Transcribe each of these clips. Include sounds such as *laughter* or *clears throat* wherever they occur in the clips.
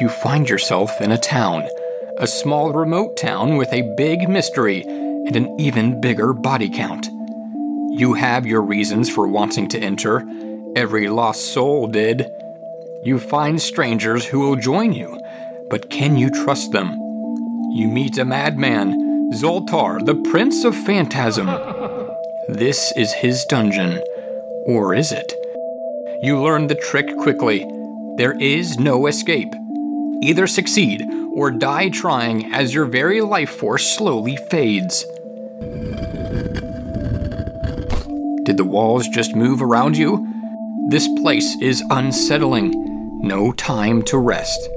you find yourself in a town. A small, remote town with a big mystery and an even bigger body count. You have your reasons for wanting to enter. Every lost soul did. You find strangers who will join you, but can you trust them? You meet a madman, Zoltar, the Prince of Phantasm. This is his dungeon, or is it? You learn the trick quickly. There is no escape. Either succeed or die trying as your very life force slowly fades. Did the walls just move around you? This place is unsettling. No time to rest.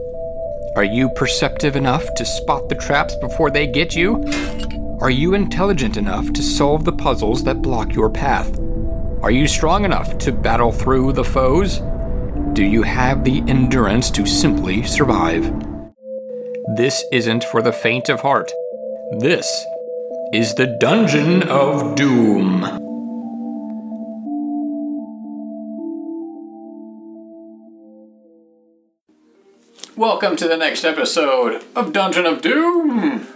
Are you perceptive enough to spot the traps before they get you? Are you intelligent enough to solve the puzzles that block your path? Are you strong enough to battle through the foes? Do you have the endurance to simply survive? This isn't for the faint of heart. This is the Dungeon of Doom. Welcome to the next episode of Dungeon of Doom.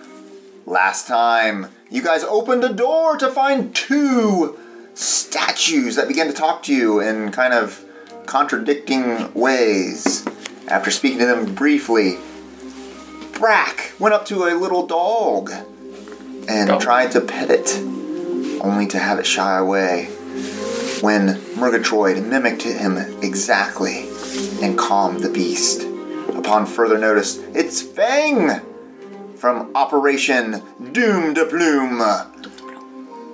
Last time, you guys opened a door to find two statues that began to talk to you in kind of contradicting ways. After speaking to them briefly, Brack went up to a little dog and Dog. tried to pet it, only to have it shy away when Murgatroyd mimicked him exactly and calmed the beast. Upon further notice, it's Fang! from Operation Doom de Plume.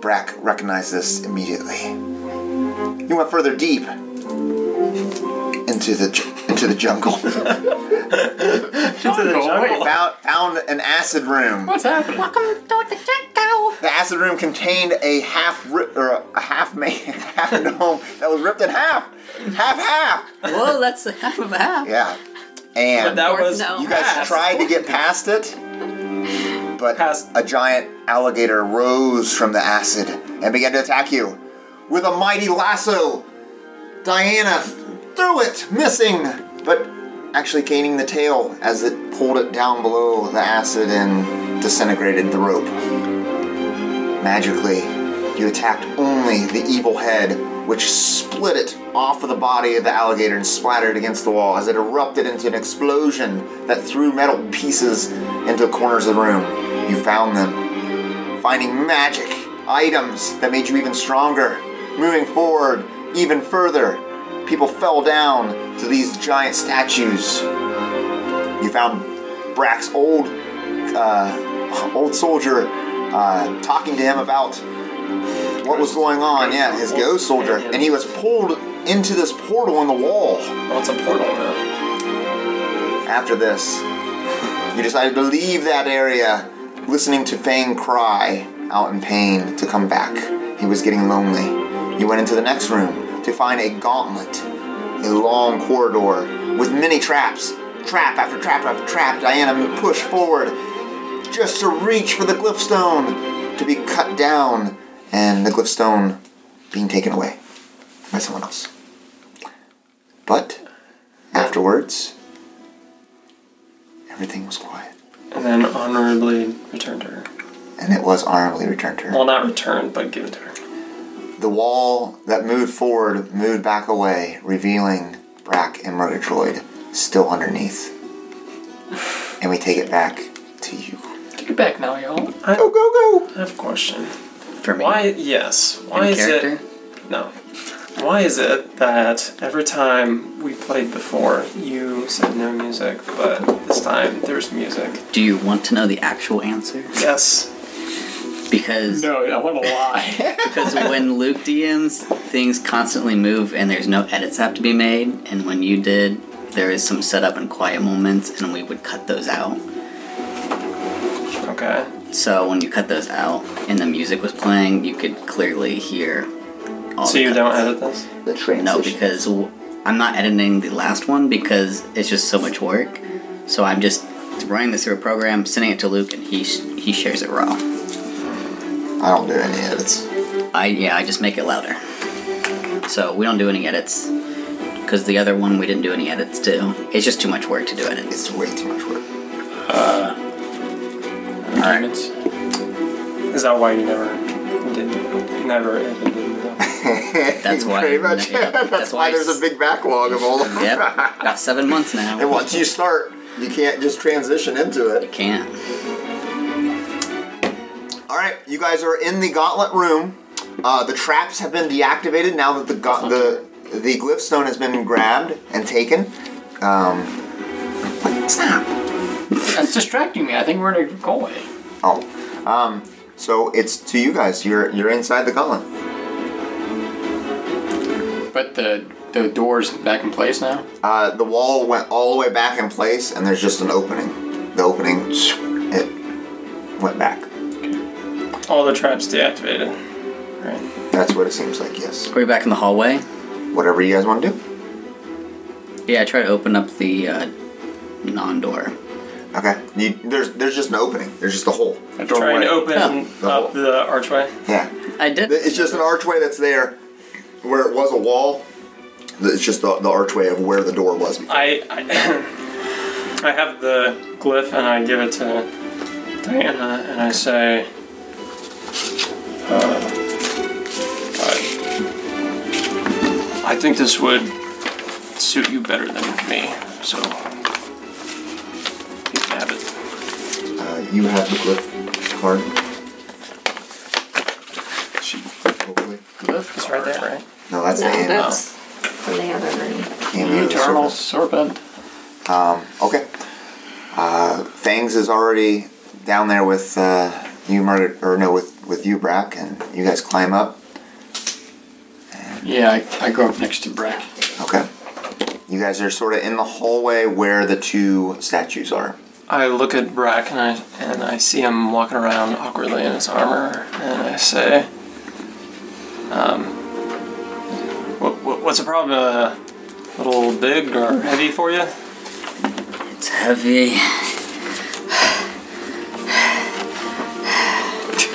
Brack recognized this immediately. He went further deep into the ju- into the jungle. found, found an acid room. What's happening? The acid room contained a half ri- or a half man, *laughs* half gnome that was ripped in half, half half. Whoa, that's half of half. Yeah, and That was No. You guys Oh, Pass. tried to *laughs* get past it, but Pass. a giant alligator rose from the acid and began to attack you with a mighty lasso. Diana threw it, missing, but actually gaining the tail as it pulled it down below the acid and disintegrated the rope. Magically, you attacked only the evil head, which split it off of the body of the alligator and splattered against the wall as it erupted into an explosion that threw metal pieces into corners of the room. You found them, finding magic items that made you even stronger. Moving forward even further, people fell down to these giant statues. You found Brack's old uh, *laughs* old soldier uh, talking to him about what was going on. Yeah, his ghost soldier, and he was pulled into this portal in the wall. Oh, it's a portal now. After this, you decided to leave that area, listening to Fang cry out in pain to come back. He was getting lonely. You went into the next room to find a gauntlet, a long corridor with many traps. Trap after trap after trap, Diana pushed forward just to reach for the glyph stone to be cut down, and the glyph stone being taken away by someone else. But afterwards, Everything was quiet. And then honorably returned to her. And it was honorably returned to Well, her. not returned, but given to her. The wall that moved forward moved back away, revealing Brack and Murgatroyd still underneath. And we take it back to you. Take it back now, y'all. Go, go, I have a question. For me. Why, yes. Why In is character. it. No. Why is it that every time we played before, you said no music, but this time there's music? Do you want to know the actual answer? Yes. Because No, I want to lie. *laughs* because when Luke DMs, things constantly move and there's no edits have to be made. And when you did, there is some setup and quiet moments, and we would cut those out. Okay. So when you cut those out and the music was playing, you could clearly hear. All So the you cuts. don't edit this? go! The transition. No, because w- I'm not editing the last one because it's just so much work. So I'm just running this through a program, sending it to Luke, and he sh- he shares it raw. I don't do any edits. I yeah, I just make it louder. So we don't do any edits because the other one we didn't do any edits to. It's just too much work to do edits. It's way too much work. Diamonds. Is that why you never did, never edited it? up? That's why. Pretty much. *laughs* yeah, that's, why there's a big backlog of all of them. *laughs* Yep, about seven months now. And once you start, you can't just transition into it. Can't. All right, you guys are in the gauntlet room. Uh, the traps have been deactivated now that the ga- the the glyph stone has been grabbed and taken. Um, what? Stop. That's distracting me. I think we're gonna go away. Oh, um, so it's to you guys. You're you're inside the gauntlet. But the the door's back in place now. Uh, the wall went all the way back in place, and there's just an opening. The opening, it went back. All the traps deactivated. Right. That's what it seems like. Yes. Are we back in the hallway? Whatever you guys want to do. Yeah, I try to open up the uh, non-door. Okay. You, there's there's just an opening. There's just a hole. The doorway. Try and open Yeah. up the archway. Yeah. I did. It's just an archway that's there where it was a wall. It's just the, the archway of where the door was. I I, *coughs* I have the glyph and I give it to Diana and I say, uh, I, I think this would suit you better than me, so you can have it. Uh, you have the glyph card. She, hopefully. It's right there, right? No, that's No, the end. that's from the other room. Hand The of the eternal serpent. serpent. Okay. Uh, Fangs is already down there with uh, you, murder or no, with with you, Brack, and you guys climb up. Yeah, I, I go up next to Breck. Okay. You guys are sort of in the hallway where the two statues are. I look at Brack and I and I see him walking around awkwardly in his armor, and I say, um, what, what, "What's the problem? Uh, little big or heavy for you?" It's heavy.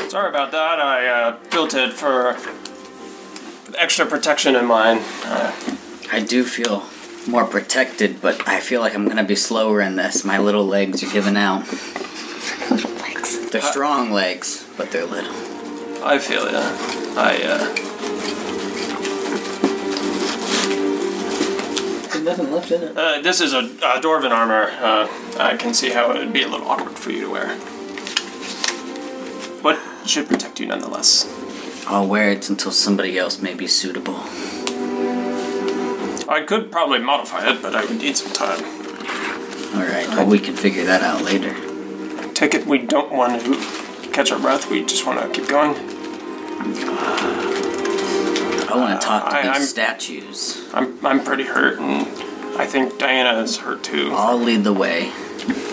Sorry about that. I uh, built it for extra protection in mind. Uh, I do feel more protected, but I feel like I'm gonna be slower in this. My little legs are giving out. Legs. They're strong legs, but they're little. I feel you. I uh, There's nothing left in it. uh, this is a, a dwarven armor. Uh, I can see how it would be a little awkward for you to wear, but should protect you nonetheless. I'll wear it until somebody else may be suitable. I could probably modify it, but I would need some time. All right, well, we can figure that out later. Take it we don't want to catch our breath. We just want to keep going. I Uh, want to talk to I- these I'm- statues. I'm I'm pretty hurt, and I think Diana is hurt too. I'll lead the way.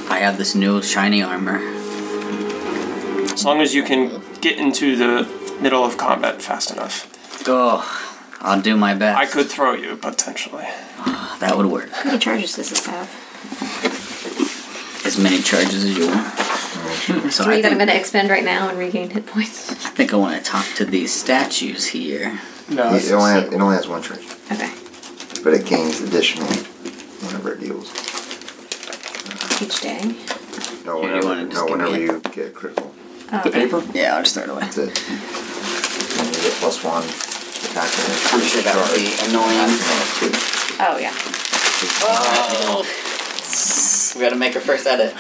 I have this new shiny armor. As long as you can get into the middle of combat fast enough, Oh, I'll do my best. I could throw you potentially. That would work. How many charges does this have? As many charges as you want. So Three I that think, I'm going to expend right now and regain hit points. *laughs* I think I want to talk to these statues here. No. It only, has, it only has one trick. Okay. but it gains additional whenever it deals. Each day. No, Yeah, you whenever, wanna just no, give me whenever a- you get critical. The paper. Yeah, I'll just throw it away. That's it. And you get plus one. Attack damage. I'm sure that would be annoying. Plus two. Oh, yeah. We gotta make our first edit.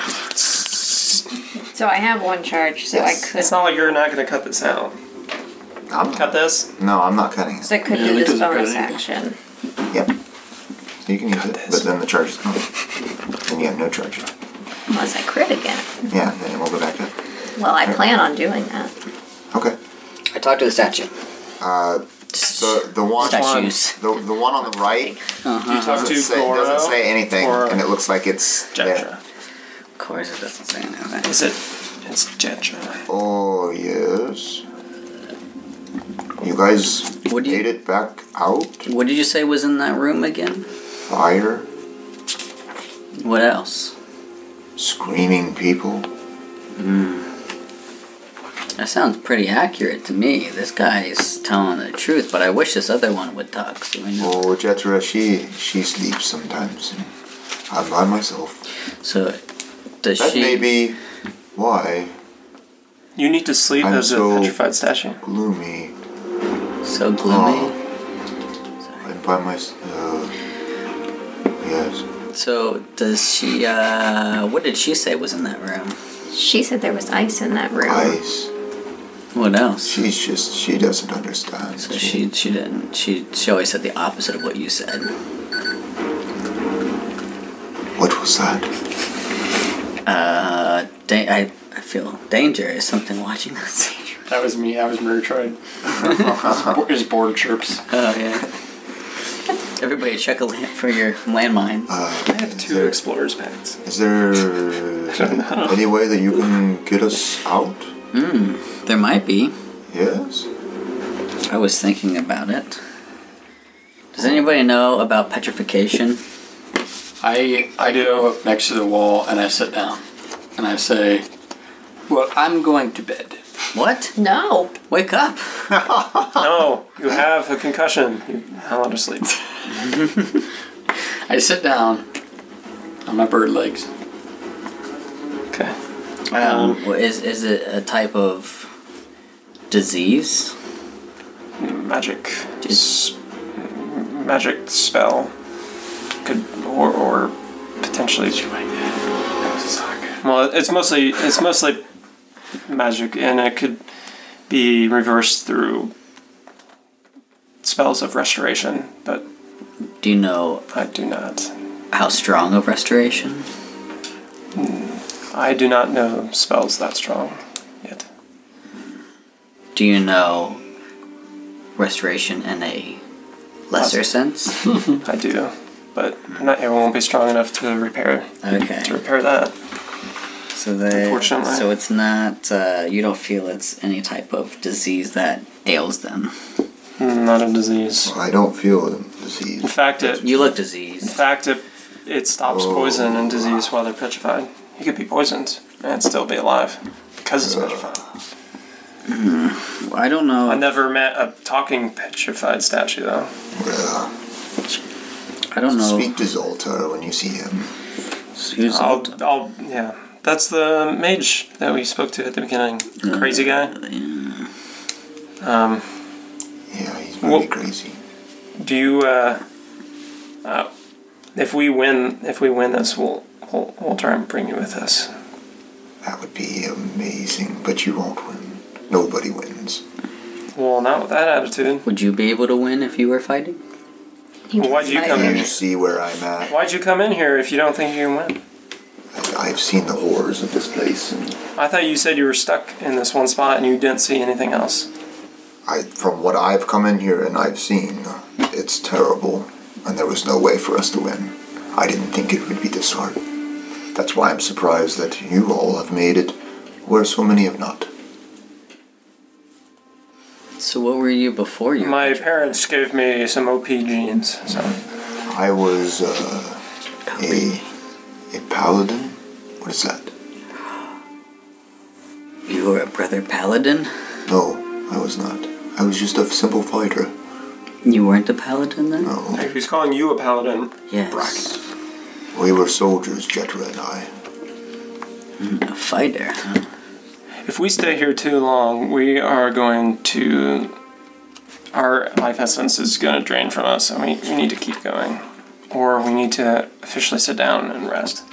So I have one charge, so Yes. I could. It's not like you're not gonna cut this out. I'm Cut not, this. no, I'm not cutting it. so I could Yeah, do it this doesn't cut bonus anything. action. Yep. So you can use it, this. but then the charge is gone. Then you have no charge. Unless I crit again. Yeah, then it will go back up. Well, I plan on doing that. Okay. uh, I talked to the statue. The the one Statues. the, the one on the right You talk doesn't say, doesn't say anything, or- and it looks like it's Jetra. there. Of course, it doesn't say anything. Is it? It's Jetra. Oh yes. You guys What do you- made it back out. What did you say was in that room again? fire, What else? screaming people. That sounds pretty accurate to me. This guy's telling the truth, but I wish this other one would talk so we know. Oh, Jetra, she she sleeps sometimes. I'm by myself. So, does That she. may be why You need to sleep I'm as a so- petrified statue. gloomy. So gloomy. I'm by myself. Uh, yes. So, does she. Uh, what did she say was in that room? She said there was ice in that room. Ice. What else? She's just. She doesn't understand. So she she didn't she she always said the opposite of what you said. What was that? Uh, da- I I feel danger. Is something watching us? *laughs* That was me. I was Murgatroyd. his, bo- his board chirps. oh yeah. Everybody check a lamp for your landmine. I have two there- explorers packs. Uh, Is there *laughs* any way that you can get us out? There might be. Yes. I was thinking about it. Does anybody know about petrification? I I go up next to the wall and I sit down, and I say, "Well, I'm going to bed." What? No. Wake up! No, you have a concussion. You're not allowed to *laughs* sleep. I sit down on my bird legs. Okay. Um, wh- is is it a type of disease? Magic. Just- s- magic spell. Could or or potentially. Well, it's mostly it's mostly magic, and it could be reversed through spells of restoration. But Do you know I do not. how strong of restoration? I do not know spells that strong yet. Do you know restoration in a lesser sense? I do, but not, it won't be strong enough to repair Okay. to repair that. So that Unfortunately. so it's not uh, you don't feel it's any type of disease that ails them. Not a disease. I don't feel the In disease. fact, it You look In diseased. fact, it, it stops poison and disease while they're petrified. You could be poisoned and still be alive because it's petrified. I don't know. I never met a talking petrified statue though. Well, I don't know. Uh, Speak to Zoltar when you see him. Who's I'll, I'll, yeah. That's the mage that we spoke to at the beginning. Crazy guy. Um, Yeah, he's really Well- crazy. do you? Uh, uh, if we win, if we win this, we'll we'll, we'll try and bring you with us. That would be amazing, but you won't win. Nobody wins. Well, not with that attitude. Would you be able to win if you were fighting? He Well, why'd was you like- come Can in? you see where I'm at? Why'd you come in here if you don't think you can win? I- I've seen the horrors of this place, and I thought you said you were stuck in this one spot and you didn't see anything else. I, from what I've come in here and I've seen, it's terrible, and there was no way for us to win. I didn't think it would be this hard. That's why I'm surprised that you all have made it, where so many have not. So what were you before you? My parents gave me some OP genes, so I was uh, a a paladin. What is that? you were a brother paladin. No, I was not. I was just a simple fighter. You weren't a paladin then. No. Hey, who's calling you a paladin? Yes. We were soldiers, Jetra and I. A fighter. huh? If we stay here too long, we are going to. Our life essence is going to drain from us, and we, we need to keep going. Or we need to officially sit down and rest.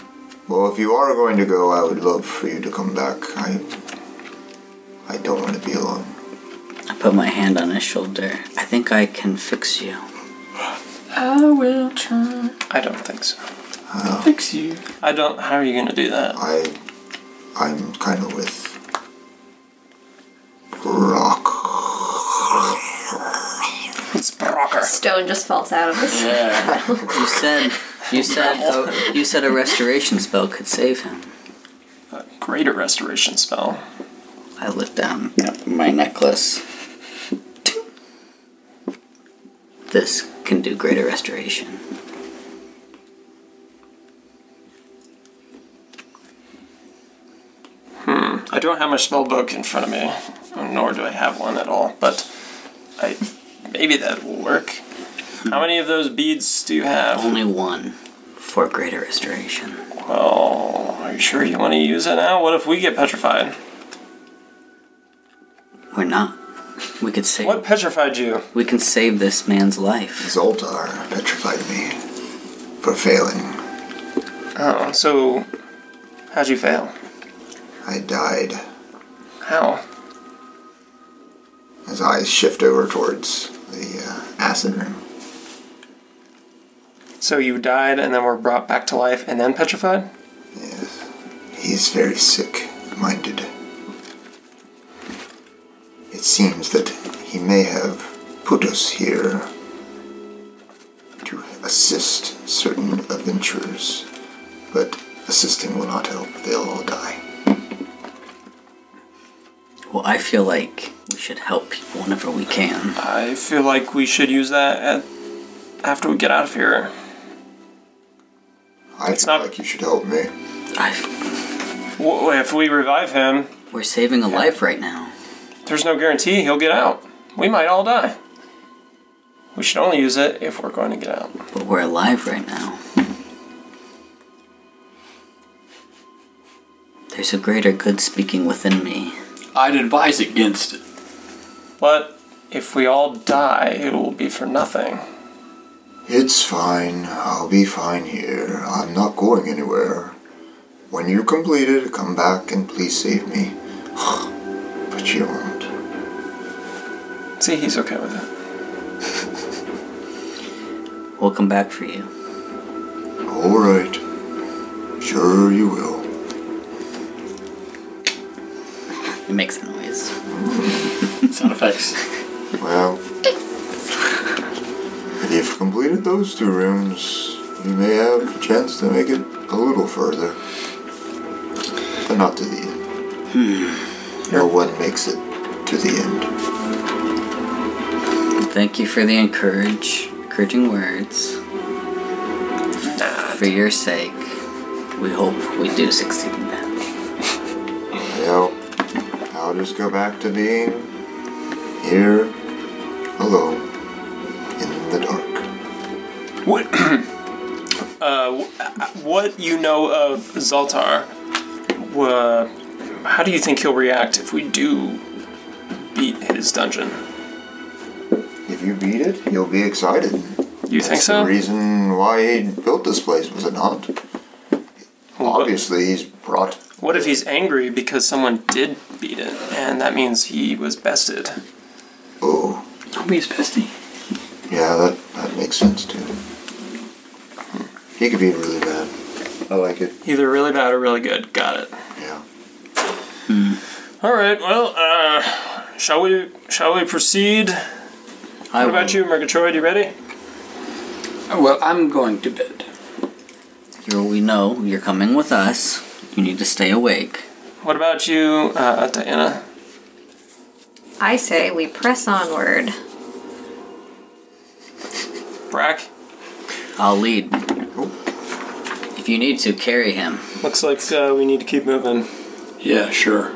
Well, if you are going to go, I would love for you to come back. I I don't want to be alone. I put my hand on his shoulder. I think I can fix you. I will try I don't think so. to fix you. I don't. How are you going to do that? I I'm kind of with Rock. It's Brocker. Stone just falls out of his. Yeah. You said you said a, you said a restoration spell could save him. A greater restoration spell. I looked down at my necklace. This can do greater restoration. I don't have my spell book in front of me, nor do I have one at all. But I maybe that will work. How many of those beads do you have? Only one for greater restoration. Well, are you sure you want to use it now? What if we get petrified? We're not. We could save. What petrified you? We can save this man's life. Zoltar petrified me for failing. Oh, so how'd you fail? I died. How? His eyes shift over towards the uh, acid room. So you died and then were brought back to life and then petrified? Yes. He's very sick minded. It seems that he may have put us here to assist certain adventurers, but assisting will not help. They'll all die. Well, I feel like we should help people whenever we can. I feel like we should use that at, after we get out of here. I It's feel not- like you should help me. I, W- if we revive him, we're saving a life right now. there's no guarantee he'll get out. We might all die. We should only use it if we're going to get out. But we're alive right now. There's a greater good speaking within me. I'd advise against it. But if we all die, it will be for nothing. It's fine. I'll be fine here. I'm not going anywhere. When you complete it, come back and please save me. *sighs* but you won't. See, he's okay with it. We'll come back for you. All right. Sure you will. It makes a noise. Sound effects. Well, if you've completed those two rooms, you may have a chance to make it a little further. But not to the end. No one makes it to the end. Thank you for the encourage, encouraging words. For your sake, we hope we do succeed in that. Well, I'll just go back to being here alone in the dark. What, *coughs* uh, wh- what you know of Zaltar, wha- how do you think he'll react if we do beat his dungeon? If you beat it, you'll be excited. You think That's the so? reason why he built this place, was it not? Obviously, he's brought What if he's angry because someone did beat it, and that means he was bested? Oh, Don't be his bestie. yeah, that, that makes sense too. He could be really bad. I like it. Either really bad or really good. Got it. Yeah. All right. Well, uh, shall we? Shall we proceed? I What about will- you, Murgatroyd? You ready? Oh, *laughs* well, I'm going to bed. You- we know you're coming with us. You need to stay awake. What about you, uh, Diana? I say we press onward. Brack. I'll lead. If you need to, carry him. Looks like uh, we need to keep moving. Yeah, sure.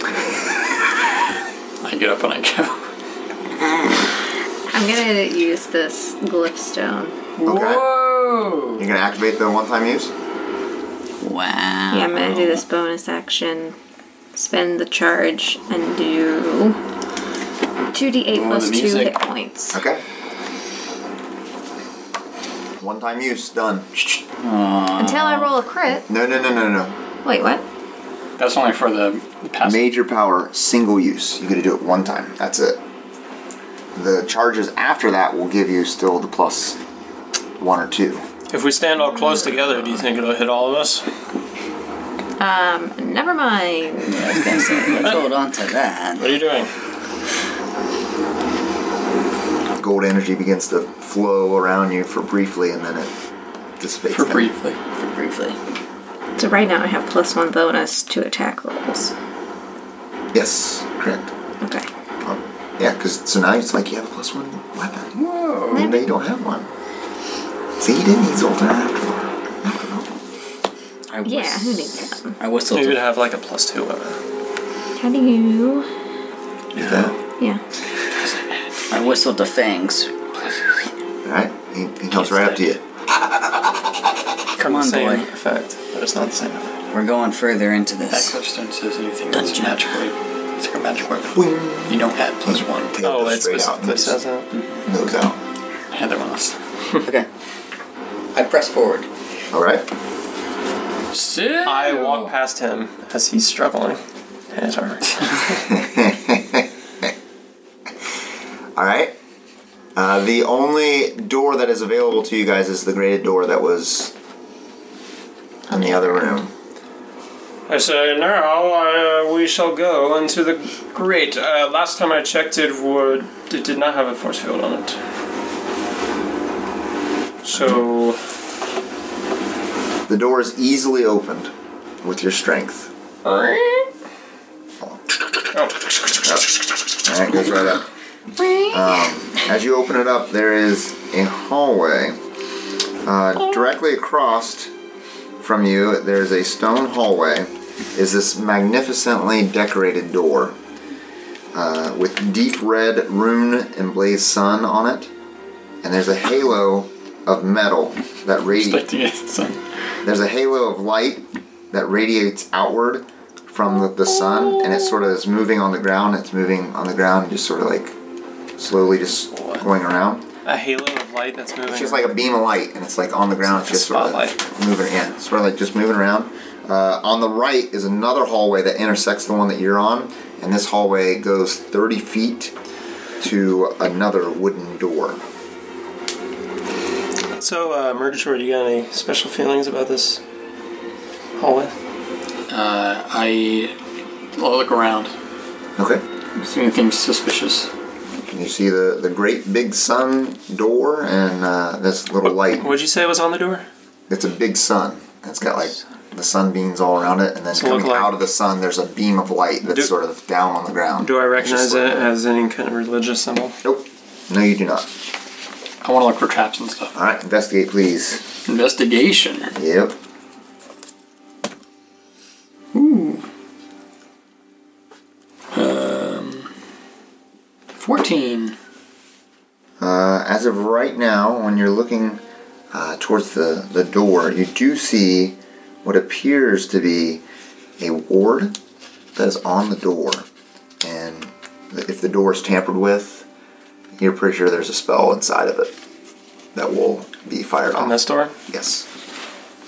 I get up and I go. I'm gonna use this glyph stone. Okay. Whoa! You're gonna activate the one-time use. Wow. Yeah, I'm gonna do this bonus action. Spend the charge and do 2d8 Oh, plus the 2 music. hit points. Okay. One-time use done. Until I roll a crit. No, no, no, no, no. Wait, what? That's only for the past. Major power, single use. You gotta do it one time. That's it. The charges after that will give you still the plus one or two. If we stand all close together, do you think it'll hit all of us? Never I mind. was gonna say, let's hold on to that. What are you doing? Gold energy begins to flow around you for briefly, and then it dissipates. For now. briefly. Briefly. So right now I have plus 1 bonus to attack rolls. Yes, correct. Okay. Um, yeah, because so now it's like you have a plus one weapon. Whoa. And now you don't have one. See, you didn't need Zoltar after all. I Yeah, who whis- needs that? I whistled. Maybe to- to have like a plus two uh, weapon. How do you? Is that? Yeah. I whistled to Fangs. Alright, he, he comes right up to you. Come the on, same boy. effect, but it's not the same effect. We're going further into this. Cliffstone says anything that's Dungeon. magically, it's like a magic weapon. Boing. You don't add plus one. Tail Oh, goes it's straight this, out and this just doesn't. nose out. I had that one last. Okay. I press forward. Alright. Sit. I walk past him as he's struggling. And uh, it's over. All right. Uh, the only door that is available to you guys is the grated door that was in the other room. I say, now uh, we shall go into the grate. Uh, last time I checked, it would it did not have a force field on it. So The door is easily opened with your strength. oh, All right, goes right up. Uh. Um, as you open it up, there is a hallway. Uh, directly across from you, there is a stone hallway. Is this magnificently decorated door uh, with deep red rune emblazed sun on it, and there's a halo of metal that radiates. There's a halo of light that radiates outward from the, the sun, and it sort of is moving on the ground. It's moving on the ground, just sort of like slowly just going around. a halo of light that's moving. It's just like a beam of light, and it's like on the ground, it's just sort spotlight. of moving. Yeah, sort of like just moving around. Uh, on the right is another hallway that intersects the one that you're on, and this hallway goes 30 feet to another wooden door. so, uh, Murgatroyd, you got any special feelings about this hallway? Uh, I I'll look around. Okay. See anything suspicious? You see the, the great big sun door and uh, this little light. What'd you say was on the door? It's a big sun. and It's got like the sunbeams all around it, and then it look coming like- out of the sun, there's a beam of light that's Do- sort of down on the ground. Do I It's just recognize it like- as any kind of religious symbol? Nope. No, you do not. I want to look for traps and stuff. All right, investigate, please. Investigation. Yep. Fourteen. Uh, as of right now, when you're looking uh, towards the, the door, you do see what appears to be a ward that is on the door. And th- if the door is tampered with, you're pretty sure there's a spell inside of it that will be fired On off. this door? Yes.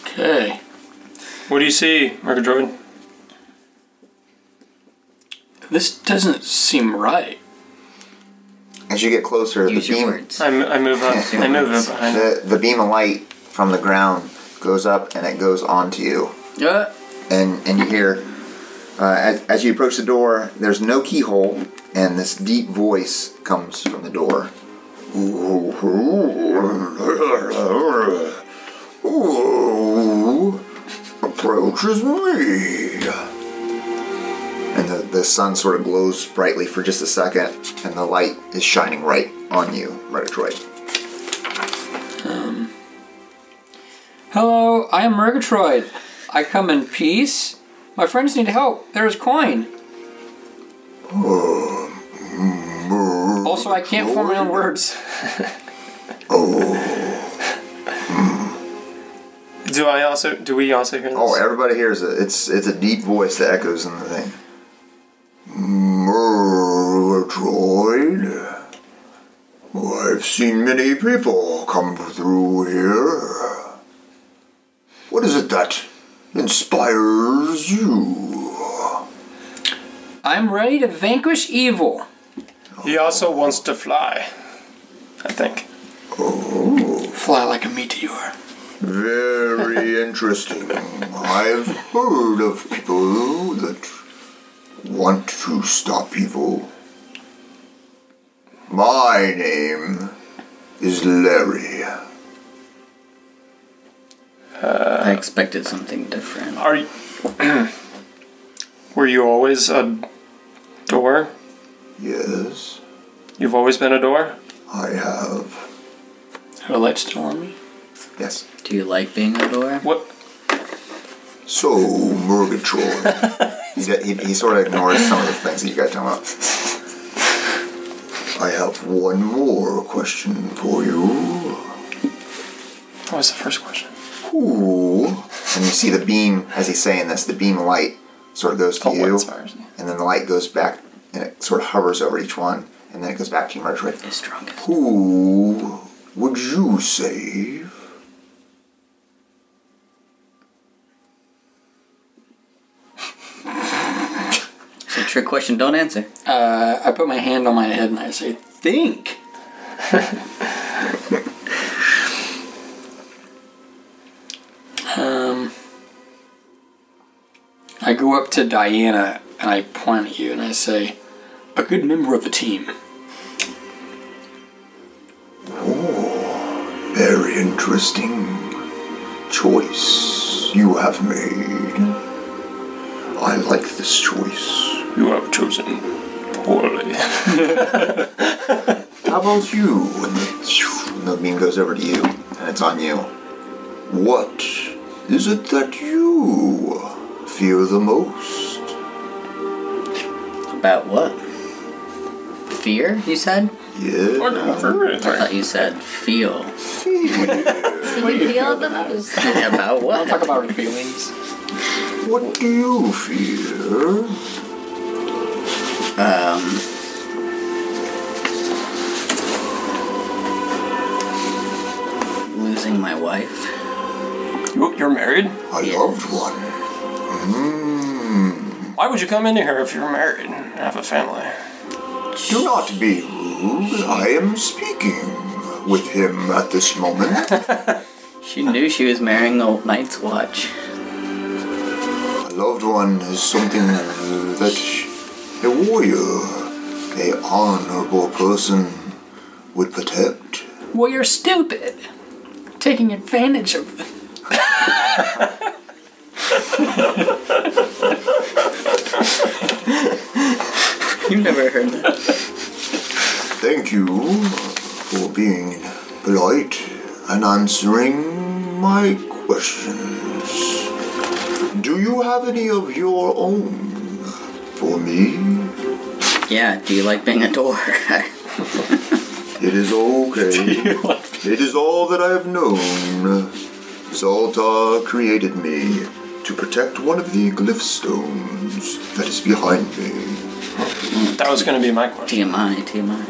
Okay. What do you see, Murgatroyd? This doesn't seem right. As you get closer, Use the your beam words. I, m- I move up. *laughs* I *laughs* move up behind him. the, the beam of light from the ground goes up and it goes onto you. Yeah. and and you hear uh, as, as you approach the door there's no keyhole and this deep voice comes from the door Who approaches me and the, the sun sort of glows brightly for just a second and the light is shining right on you Murgatroyd. Hello, I am Murgatroyd. I come in peace. My friends need help. There is coin. Also, I can't form my own words. Oh. Do I also? Do we also hear this? Oh, everybody hears it. It's it's a deep voice that echoes in the thing. Murgatroyd. I've seen many people come through here. What is it that inspires you? I'm ready to vanquish evil. He also wants to fly. I think. Fly like a meteor. Very *laughs* interesting. I've heard of people that want to stop people. My name is Larry. I expected something different. Are you, *clears throat* were you always a door? Yes, You've always been a door. I have. Are the lights still on me? Yes. Do you like being a door? What? So, Murgatroyd, He, d- he, he sort of ignores some of the things that you guys are talking about. I have one more question for you. What was the first question? Ooh. And you see the beam, as he's saying this, the beam of light sort of goes to Oh, you. what? Sorry. And then the light goes back and it sort of hovers over each one. And then it goes back to you, Marjorie. Is strongest. Who would you save? It's a trick question. Don't answer. Uh, I put my hand on my head and I say, "Think." um, I go up to Diana and I point at you and I say, "A good member of the team." Very interesting choice you have made. I like this choice. You have chosen poorly. How about you? And the, and the beam goes over to you, and it's on you. What is it that you fear the most? About what? Fear, you said? Or Yeah, not, for it. I thought you said feel. You feel the *laughs* most. About what? Talk about feelings. *laughs* what do you fear? Um. Losing my wife. You, you're married? A loved one. Hmm. Why would you come in here if you're married and have a family? Do not be rude. I am speaking with him at this moment. She knew she was marrying a night's watch. *laughs* A loved one is something that a warrior, a honorable person, would protect. Well, you're stupid. Taking advantage of them. You've never heard that. Thank you for being polite and answering my questions. Do you have any of your own for me? Yeah, do you like being a *laughs* door? It is *laughs* okay. it is all that I have known. Zoltar created me to protect one of the glyph stones that is behind me. That was going to be my question. TMI, TMI.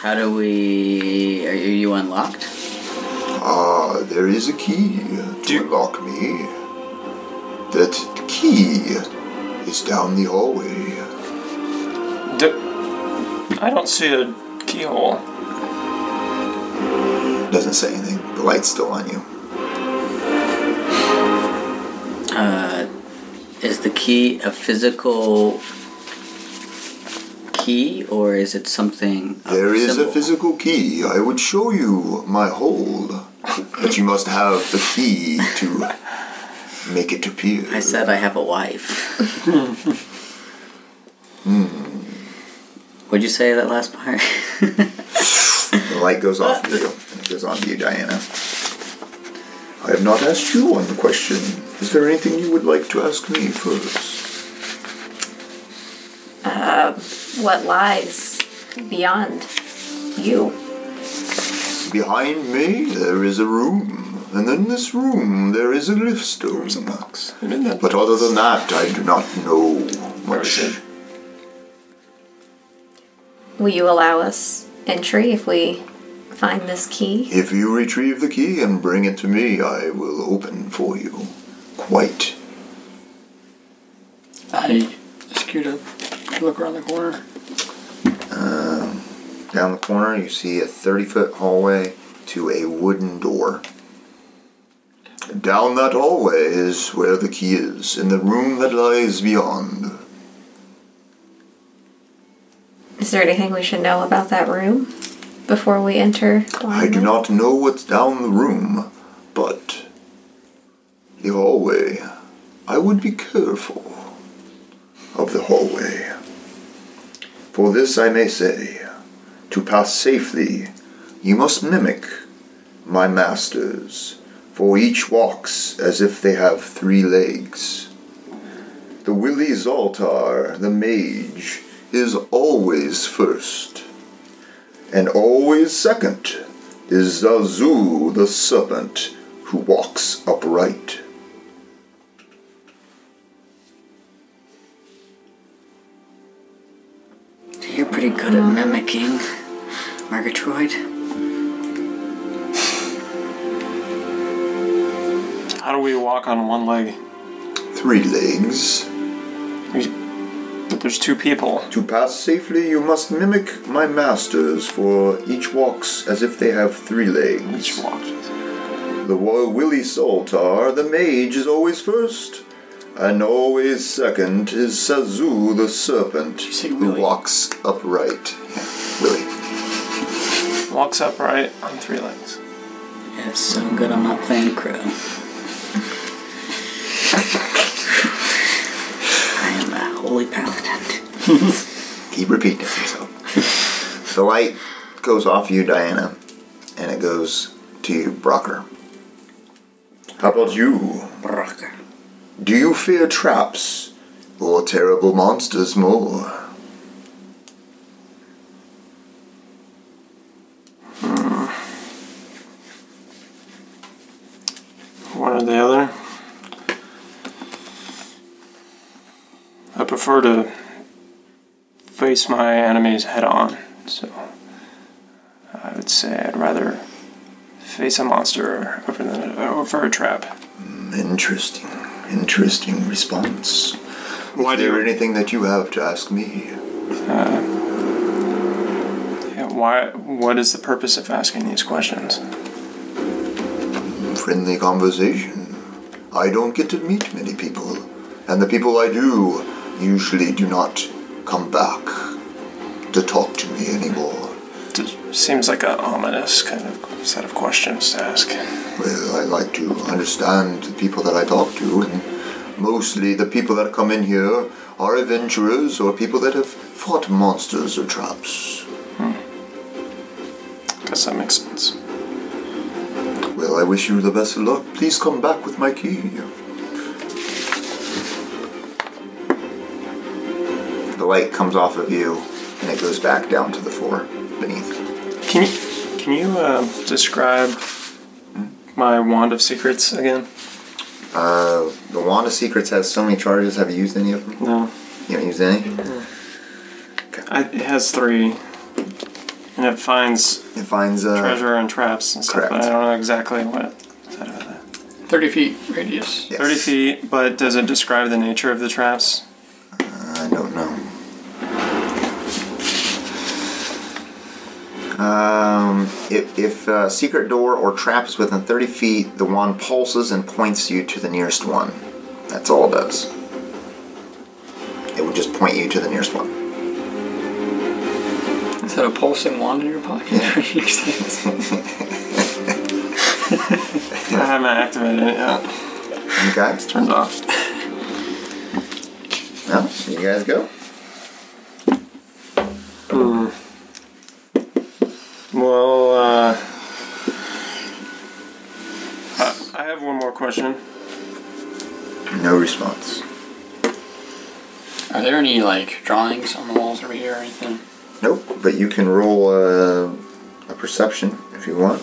How do we. Are you you unlocked? Ah, there is a key to unlock me. That key is down the hallway. D I don't see a keyhole. Doesn't say anything. The light's still on you. Uh, is the key a physical key or is it something? of There is a symbol? physical key. I would show you my hole, but you must have the key *laughs* to make it appear. I said I have *laughs* a wife. Hmm. Would you say that last part? *laughs* The light goes off for you, and it goes on to you, Diana. I have not asked you one question. Is there anything you would like to ask me first? What lies beyond you? Behind me, there is a room, and in this room, there is a lift stone. But other than that, I do not know much. is it? Will you allow us entry if we find this key? If you retrieve the key and bring it to me, I will open for you. Quite. I scoot up, look around the corner. Down the corner, you see a 30 foot hallway to a wooden door. Down that hallway is where the key is, in the room that lies beyond. Is there anything we should know about that room before we enter? I do not know what's down the room, but the hallway. I would be careful of the hallway. For this I may say, to pass safely, you must mimic my master's for each walks as if they have three legs. The Willy Zoltar, the mage, is always first, and always second is Zazu, the serpent, who walks upright. You're pretty good at mimicking, Murgatroyd. How do we walk on one leg? Three legs. We, but there's two people. To pass safely, you must mimic my masters, for each walks as if they have three Each legs. walked. The royal Willy Soltar, the mage, is always first, and always second is Sazu the serpent, say who Willy? walks upright. Willy. Walks upright on three legs. Yeah, it's so good I'm not *laughs* playing Crow. I am a holy paladin. Keep repeating it to yourself. the light goes off you, Diana, and it goes to you, Brocker. How about you? Brocker. Do you fear traps or terrible monsters more? One or the other. I prefer to face my enemies head on, so I would say I'd rather face a monster over, than, over a trap. Interesting, interesting response. Why Is do there you- anything that you have to ask me? Yeah, why? What is the purpose of asking these questions? Friendly conversation. I don't get to meet many people, and the people I do usually do not come back to talk to me anymore. It seems like an ominous kind of set of questions to ask. Well, I like to understand the people that I talk to, and mostly the people that come in here are adventurers or people that have fought monsters or traps. Guess that makes sense. Well, I wish you the best of luck. Please come back with my key. The light comes off of you, and it goes back down to the floor beneath. Can you can you uh, describe Hmm? my wand of secrets again? Uh, the Wand of Secrets has so many charges. Have you used any of them? No, You haven't used any? I, it has three, and it finds It finds uh, treasure and traps and stuff. But correct. I don't know exactly what. It said about that. 30 feet radius. yes. Thirty feet, but does it describe the nature of the traps? I don't know. Um, if if uh, secret door or trap is within 30 feet, the wand pulses and points you to the nearest one. That's all it does. It would just point you to the nearest one. Is that a pulsing wand in your pocket? *laughs* I haven't activated it yet. Okay? Turns off. Well, you guys go. Well, uh, I, I have one more question. No response. Are there any like drawings on the walls over here or anything? Nope, but you can roll a, a perception if you want.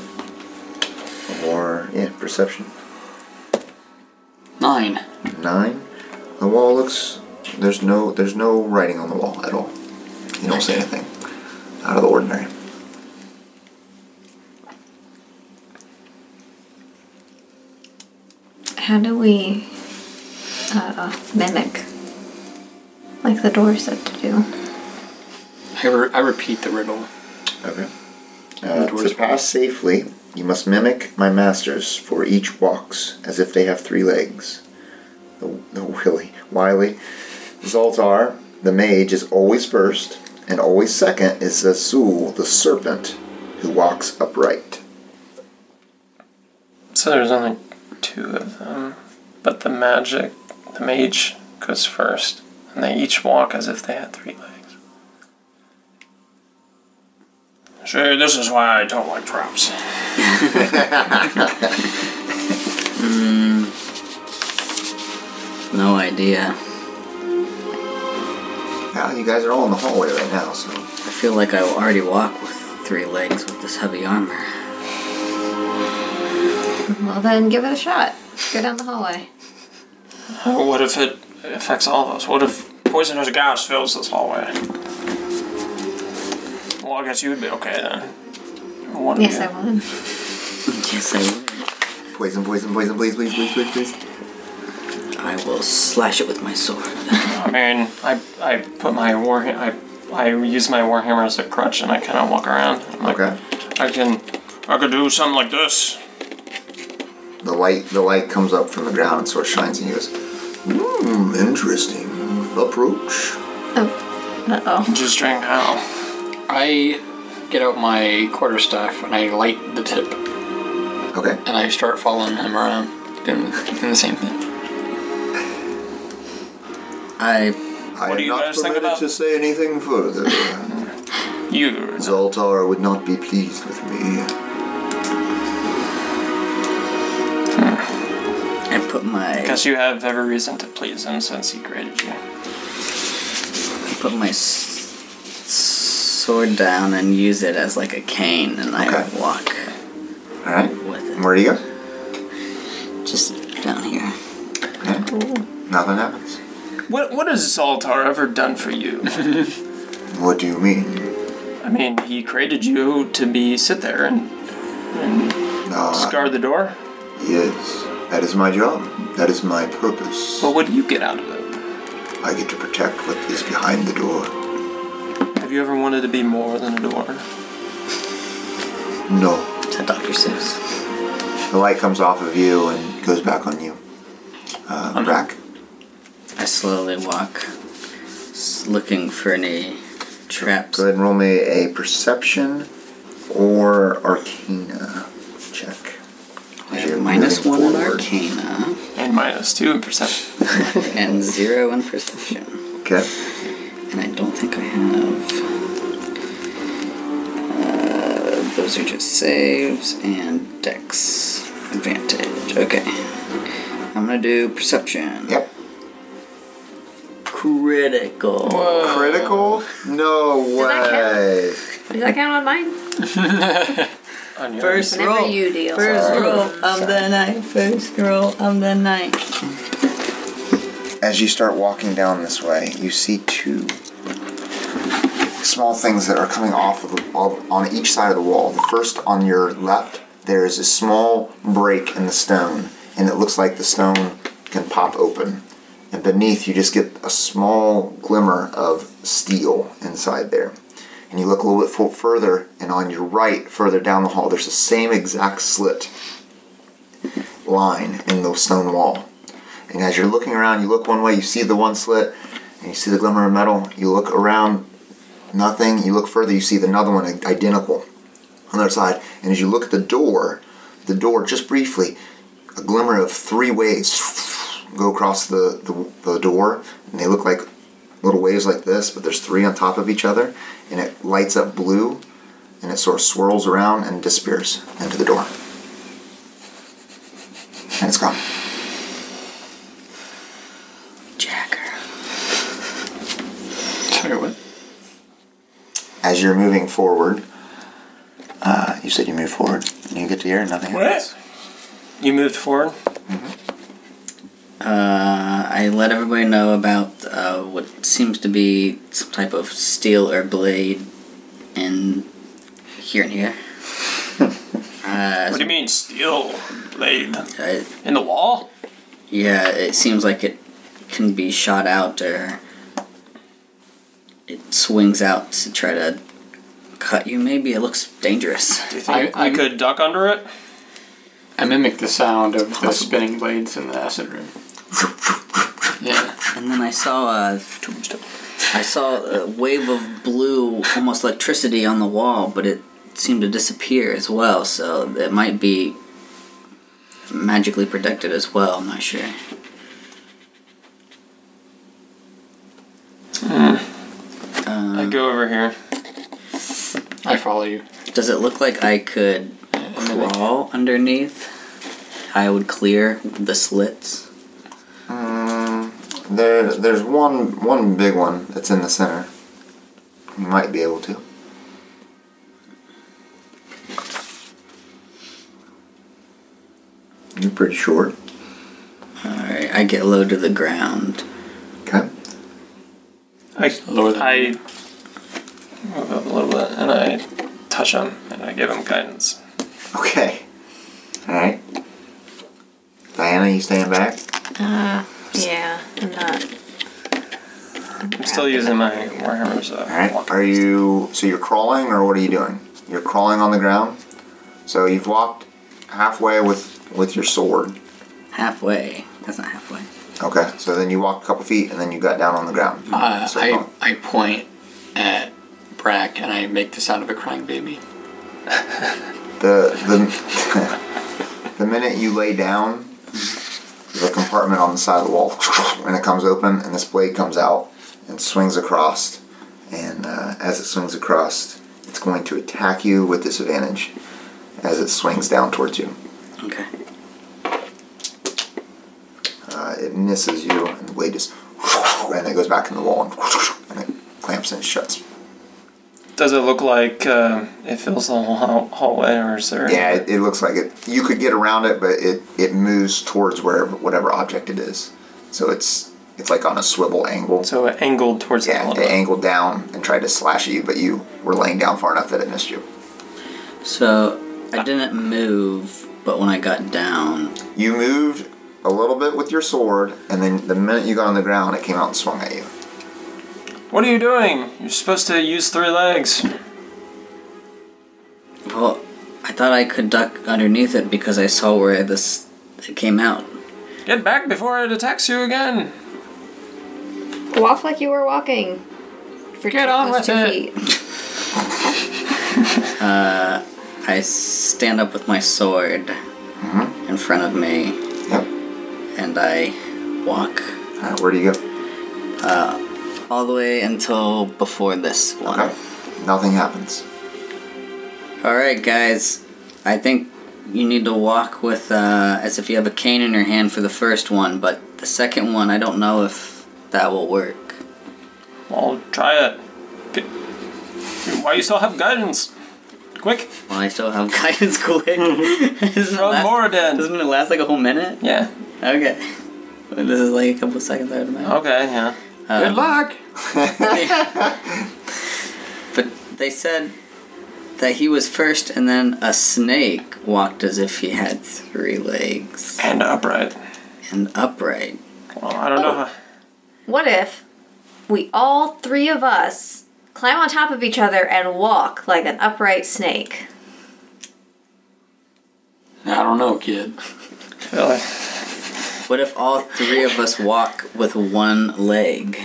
Or, yeah, perception. Nine. Nine. The wall looks. There's no. There's no writing on the wall at all. You don't see anything out of the ordinary. How do we uh, mimic? Like the door said to do. I, re- I repeat the riddle. Okay. The Uh, door's to pass safely, you must mimic my masters, for each walks as if they have three legs. The, the Willy, Wiley, Zoltar, the mage, is always first, and always second is Zasul, the serpent, who walks upright. So there's only two of them, but the magic, the mage goes first, and they each walk as if they had three legs. See, this is why I don't like traps. No idea. Well, Ah, you guys are all in the hallway right now, so I feel like I already walk with three legs with this heavy armor. Well, then give it a shot. Go down the hallway. Oh, What if it affects all of us? What if poisonous gas fills this hallway? Well, I guess you would be okay then. One of Yes, you. I won. Yes, I poison, poison, poison, please, please, please, please, please. will. I will slash it with my sword. I mean, I, I put my war I I use my warhammer as a crutch and I kind of walk around. I'm like, Okay. I can I could do something like this. The light, the light comes up from the ground and sort of shines, and he goes, "Hmm, interesting approach." Uh oh. Just drink how? I get out my quarterstaff and I light the tip Okay. and I start following him around, doing, doing the same thing. I I do am you not guys think permitted about- to say anything *laughs* further. You. Zoltar would not be pleased with me. I put my Because you have every reason to please him since he created you. I put my s- sword down and use it as like a cane, and Okay. I walk All right. with it. Where do you go? Just down here. Nothing happens. What what has Zoltar ever done for you? *laughs* What do you mean? I mean, he created you to be sit there and, and No, I- guard the door. Ah, Yes, that is my job. That is my purpose. But what do you get out of it? I get to protect what is behind the door. Have you ever wanted to be more than a door? No. Is that Dr. Seuss? The light comes off of you and goes back on you. Uh, Brack. I slowly walk, s- looking for any traps. Go ahead and roll me a perception or arcana check. I You're have minus moving one in forward. Arcana And minus two in perception. and zero in Perception, Okay. and I don't think I have. Uh, those are just saves and Dex advantage. Okay, I'm gonna do Perception. Yep. Critical. Critical? No that count? way. Does that count on mine? On your First Whenever roll. you deal. First roll of the night. First roll of the night. As you start walking down this way, you see two small things that are coming off of the, of- on each side of the wall. The first on your left, there is a small break in the stone, and it looks like the stone can pop open. And beneath, you just get a small glimmer of steel inside there. And you look a little bit fu- further, and on your right, further down the hall, there's the same exact slit line in the stone wall. And as you're looking around, you look one way, you see the one slit, and you see the glimmer of metal. You look around, nothing. You look further, you see another one identical on the other side. And as you look at the door, the door just briefly, a glimmer of three waves *laughs* go across the, the, the door, and they look like little waves like this, but there's three on top of each other, and it lights up blue, and it sort of swirls around and disappears into the door. And it's gone. Jacker. Sorry, what? as you're moving forward, uh, you said you move forward, and you get to here, and nothing happens. What? You moved forward. Uh, I let everybody know about uh, what seems to be some type of steel or blade in here and here. Uh, What do you mean steel blade I, in the wall? Uh, yeah, it seems like it can be shot out or it swings out to try to cut you. Maybe it looks dangerous. Do you think I- we I'm- could duck under it? I mimic the sound of the spinning blades in the acid room. Yeah. And then I saw a I saw a wave of blue, almost electricity on the wall, but it seemed to disappear as well. So it might be magically protected as well. I'm not sure. I go over here. I follow you. Does it look like I could crawl underneath? I would clear the slits? There, there's one one big one that's in the center. You might be able to. You're pretty short. Alright, I get low to the ground. Okay. I, Lower than- I move up a little bit and I touch him and I give him guidance. Okay. All right. Diana, you staying back? Yeah, I'm not. I'm still using my Warhammer's uh, All right. walking Are you so you're crawling or what are you doing? You're crawling on the ground. So you've walked halfway with with your sword. Halfway. That's not halfway. Okay. So then you walked a couple feet and then you got down on the ground. Uh, So I, crawl. I point at Brack and I make the sound of a crying baby. the the the *laughs* minute you lay down, there's a compartment on the side of the wall, *laughs* and it comes open, and this blade comes out and swings across. And uh, as it swings across, it's going to attack you with disadvantage as it swings down towards you. Okay. Uh, it misses you, and the blade just and it goes back in the wall, and, and it clamps and shuts. Does it look like uh, it fills the whole hall- hallway, or is there? Yeah, it, it looks like it. You could get around it, but it it moves towards wherever whatever object it is. So it's it's like on a swivel angle. So it angled towards the yeah, wall. it angled down and tried to slash at you, but you were laying down far enough that it missed you. So I didn't move, but when I got down, You moved a little bit with your sword, and then the minute you got on the ground, it came out and swung at you. What are you doing? You're supposed to use three legs. well, I thought I could duck underneath it because I saw where this it came out. Get back before it attacks you again. Walk like you were walking. For Get on plus with it. Feet. I stand up with my sword in front of me, Yep. and I walk All right, where do you go? all the way until before this one. Okay. Nothing happens. All right, guys. I think you need to walk with uh, as if you have a cane in your hand for the first one, but the second one, I don't know if that will work. Well, try it. Get... Why you still have guidance? Quick, Well, I still have *laughs* guidance *laughs* quick. Isn't throw more then. Doesn't it last like a whole minute? Yeah. Okay. Well, This is like a couple seconds out of my. Okay. Yeah. Good luck! But they said that he was first, and then a snake walked as if he had three legs And upright. and upright. Well, I don't know. What if we all three of us climb on top of each other and walk like an upright snake? I don't know, kid. I feel like What if all three of us walk with one leg?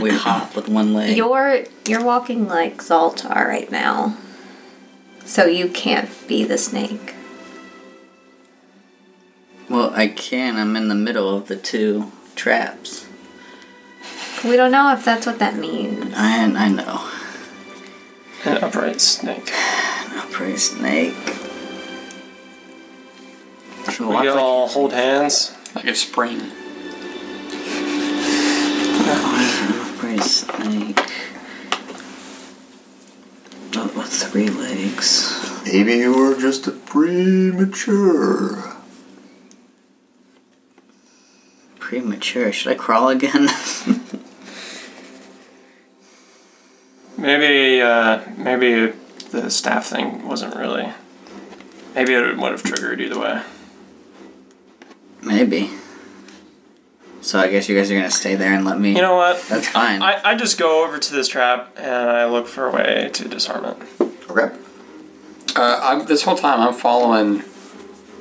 We hop with one leg. You're you're walking like Zaltar right now. So you can't be the snake. Well, I can. I'm in the middle of the two traps. We don't know if that's what that means. I I know. an upright snake. Upright snake. Sure, We walk like- all hold hands. Like a spring. Upright snake. But with three legs. Maybe you were just a premature. Premature. Should I crawl again? *laughs* Maybe, uh, maybe the staff thing wasn't really. Maybe it would have triggered either way. Maybe. So I guess you guys are gonna stay there and let me. You know what? That's fine. I, I just go over to this trap and I look for a way to disarm it. Okay. Uh, I'm, this whole time I'm following.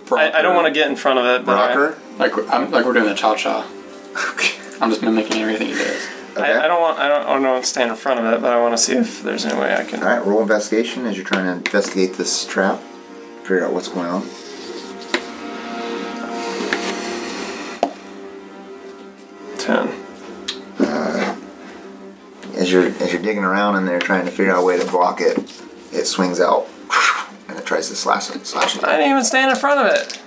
Brock. I, I don't want to get in front of it, but I- Rocker. Like, I'm, like we're doing the *laughs* cha cha. I'm just mimicking everything he does. I, I, don't want I don't, I don't want to stand in front of it, but I want to see if there's any way I can. All right. Roll investigation as you're trying to investigate this trap, figure out what's going on. Ten. As you're as you're digging around in there trying to figure out a way to block it, it *laughs* swings out and it tries to slash it. Slash it. I didn't even stand in front of it.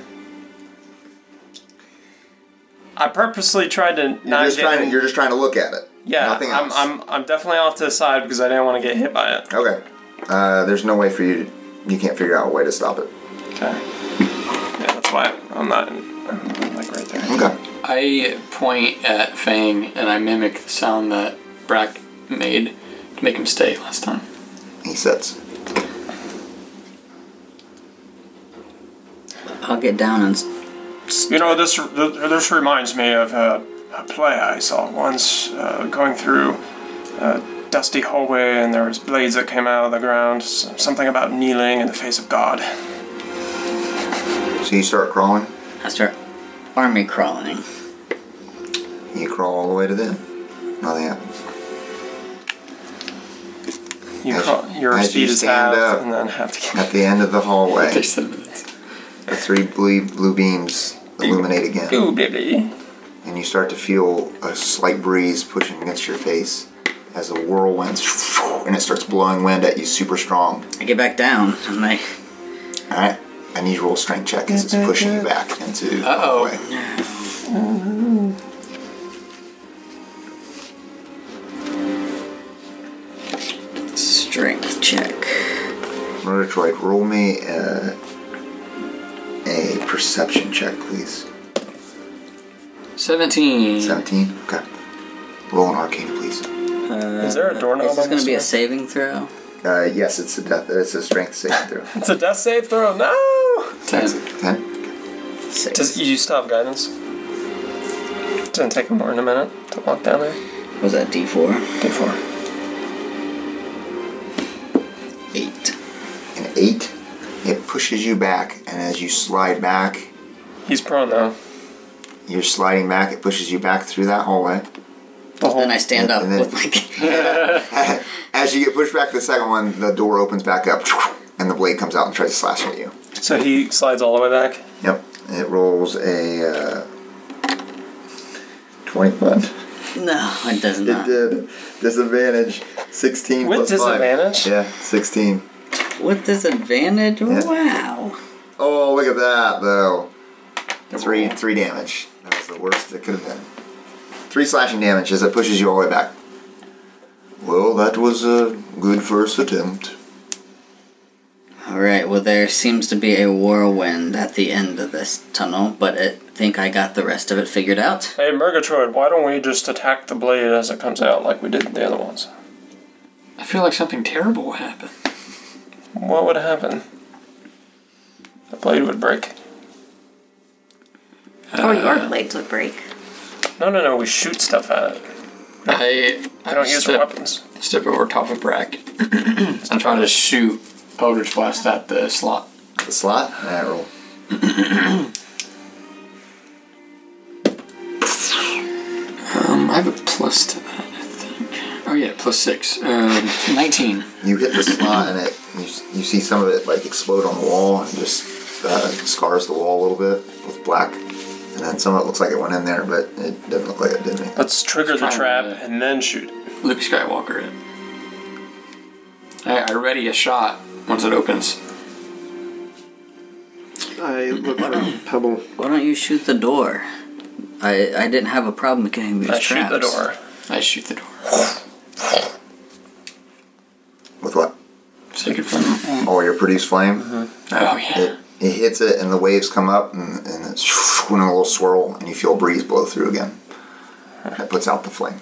I purposely tried to You're not just get. trying. You're just trying to look at it. yeah, Nothing else. I'm, I'm, I'm definitely off to the side because I didn't want to get hit by it. Okay. Uh, there's no way for you. To, you can't figure out a way to stop it. Okay. Yeah, that's why I'm not. I'm like right there. Okay. I point at Fang and I mimic the sound that Brack made to make him stay last time. He sits. I'll get down and s- You know, this this reminds me of a, a play I saw once, uh, going through a dusty hallway, and there was blades that came out of the ground. s- Something about kneeling in the face of God. So you start crawling. I start army crawling. You crawl all the way to them. Nothing happens. You As- crawl, your as speed you is stand halved, up. and then have to get. At the end of the hallway, Takes ten minutes. the three blue, blue beams illuminate again, Ooh, baby. and you start to feel a slight breeze pushing against your face as the whirlwind, *laughs* and it starts blowing wind at you super strong. I get back down and I All right. I need you to roll a strength check as it's pushing you back into the Uh-oh. hallway. strength check. Murder Droid, roll me a, a perception check, please. Seventeen. 17? Okay. Roll an arcana, please. Is there a doorknob Is Uh, this on gonna this be a door? saving throw? Uh, yes, it's a death. It's a strength saving throw. *laughs* It's a death save throw. No. Ten. Ten. Six. Does you stop guidance? Doesn't take more than a minute to walk down there. was that D four? D four. Eight. An eight. It pushes you back, and as you slide back, He's prone though. you're sliding back. It pushes you back through that hallway. The whole. Then I stand up And then- with my As you get pushed back to the second one, the door opens back up, and the blade comes out and tries to slash at you. So he slides all the way back. Yep. It rolls a uh, twenty-one. *laughs* No, it does It not. did. Disadvantage. 16 With plus five. disadvantage? Yeah, 16. With disadvantage? Yeah. Wow. Oh, look at that, though. Three, three damage. That was the worst it could have been. Three slashing damage as it pushes you all the way back. Well, that was a good first attempt. Alright, well there seems to be a whirlwind at the end of this tunnel, but I think I got the rest of it figured out. Hey, Murgatroyd, why don't we just attack the blade as it comes out like we did the other ones? I feel like something terrible will happen. What would happen? The blade would break. Uh, or your blades would break. No, no, no, we shoot stuff at it. I I don't use step, weapons. Step over top of Brack *clears throat* and try to shoot Eldritch Blast at the slot. The slot? Alright, roll. Um, I have a plus to that, I think. Oh yeah, plus six. Um, nineteen. You hit the slot and it you, you see some of it like explode on the wall and just uh, scars the wall a little bit with black. And then some of it looks like it went in there, but it doesn't look like it did anything. Let's trigger the Try trap to- and then shoot. Luke Skywalker. It. I, I ready a shot once it opens. I look for Pebble. Why don't you shoot the door? I I didn't have a problem getting these I shoot traps. the door. I shoot the door. With what? Sacred flame. Oh, your produced flame? Mm-hmm. Oh yeah. It, it hits it, and the waves come up, and, and it's *laughs* in a little swirl, and you feel a breeze blow through again. That puts out the flame.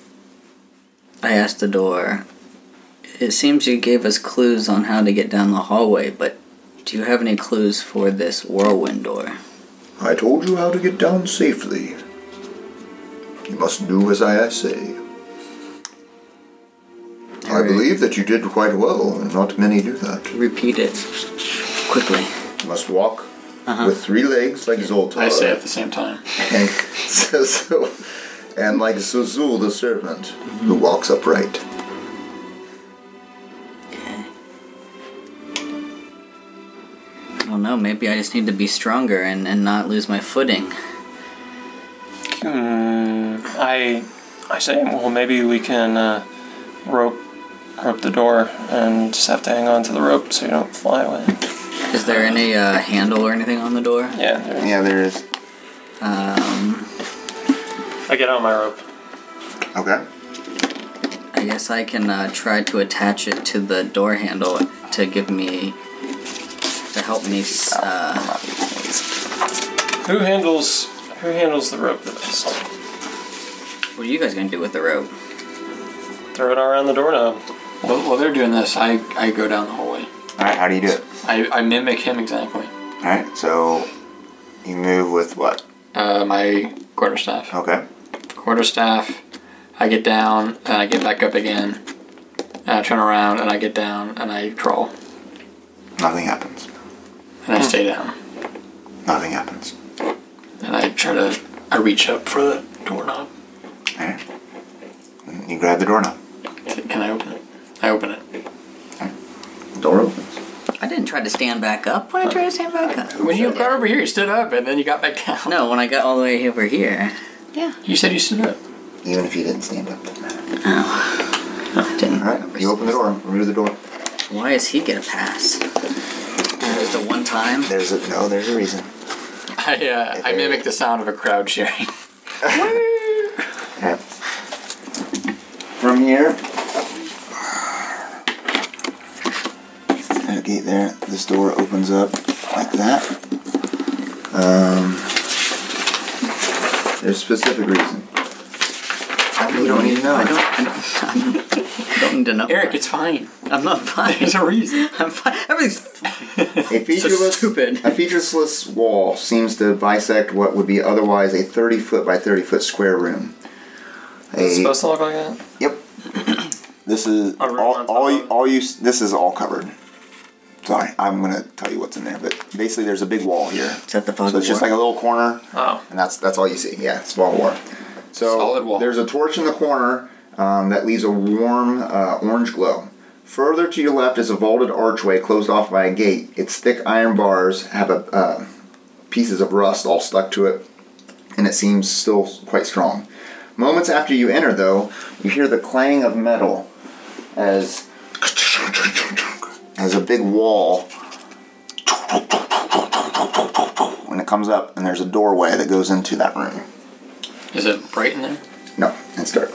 I asked the door. It seems you gave us clues on how to get down the hallway, but do you have any clues for this whirlwind door? I told you how to get down safely. You must do as I say. I believe that you did quite well, and not many do that. Repeat it quickly. You must walk with three legs like Zoltar. Uh-huh. *laughs* I say at the same time. And, so, so- and like Suzu the serpent, who Mm-hmm. walks upright. I don't know. Maybe I just need to be stronger and, and not lose my footing. Hmm, I, I say, well, maybe we can uh, rope, rope the door and just have to hang on to the rope so you don't fly away. Is there any uh, handle or anything on the door? Yeah, there- Um, Yeah, there is. I get out my rope. Okay. I guess I can uh, try to attach it to the door handle to give me to help me. s- Uh, Who handles who handles the rope the best? what are you guys gonna do with the rope? Throw it around the doorknob. While, while they're doing this, I, I go down the hallway. All right. How do you do it? I, I mimic him exactly. All right. So you move with what? Uh, my quarterstaff. Okay. Quarterstaff. I get down and I get back up again. And I turn around and I get down and I crawl Nothing happens. and Hmm. I stay down Nothing happens. and I try to I reach up for the doorknob. All right. You grab the doorknob. Can I open it? I open it. Door opens. I didn't try to stand back up. Why did I try to stand back up? When you got over here, you stood up and then you got back down. No, when I got all the way over here, You said you stood up. Even if you didn't stand up, doesn't matter. I didn't. All right. You open the door. Remove the door. Why does he get a pass? Just a one time. There's a no. There's a reason. *laughs* I uh, I mimic the sound of a crowd cheering. All right. From here. There's a gate there. This door opens up like that. Um, there's a specific reason. You don't need to know. I don't. I don't, I don't need to know. Eric, it's fine. I'm not fine. There's a reason. I'm fine. Everything's fine. A featureless, stupid. A featureless wall seems to bisect what would be otherwise a 30 foot by 30 foot square room. A, It's supposed to look like that. yep. This is A room all, on top all, you, of- all you. s- This is all covered. Sorry, I'm gonna tell you what's in there, but basically there's a big wall here, Is that the fog? so it's just like a little corner, Oh. and that's that's all you see. Yeah, it's wall war. So Solid wall. there's a torch in the corner um, that leaves a warm uh, orange glow. Further to your left is a vaulted archway closed off by a gate. Its thick iron bars have a, uh, pieces of rust all stuck to it, and it seems still quite strong. Moments after you enter, though, you hear the clang of metal as as a big wall when it comes up, and there's a doorway that goes into that room. Is it bright in there? No, it's dark.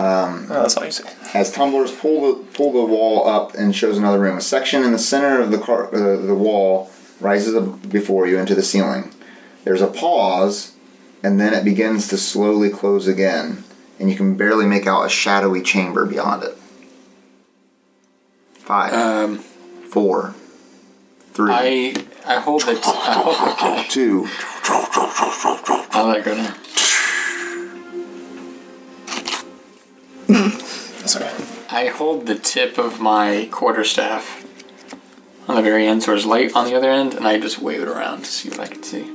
Oh, that's all you see. As tumblers pull the pull the wall up and shows another room, a section in the center of the car, uh, the wall rises up before you into the ceiling. There's a pause, and then it begins to slowly close again, and you can barely make out a shadowy chamber beyond it. Five, Um, four, three, I I hold the. *laughs* *laughs* I hold, okay. two. I'll let it go down. That's okay. I hold the tip of my quarterstaff on the very end, so there's light on the other end, and I just wave it around to see what I can see.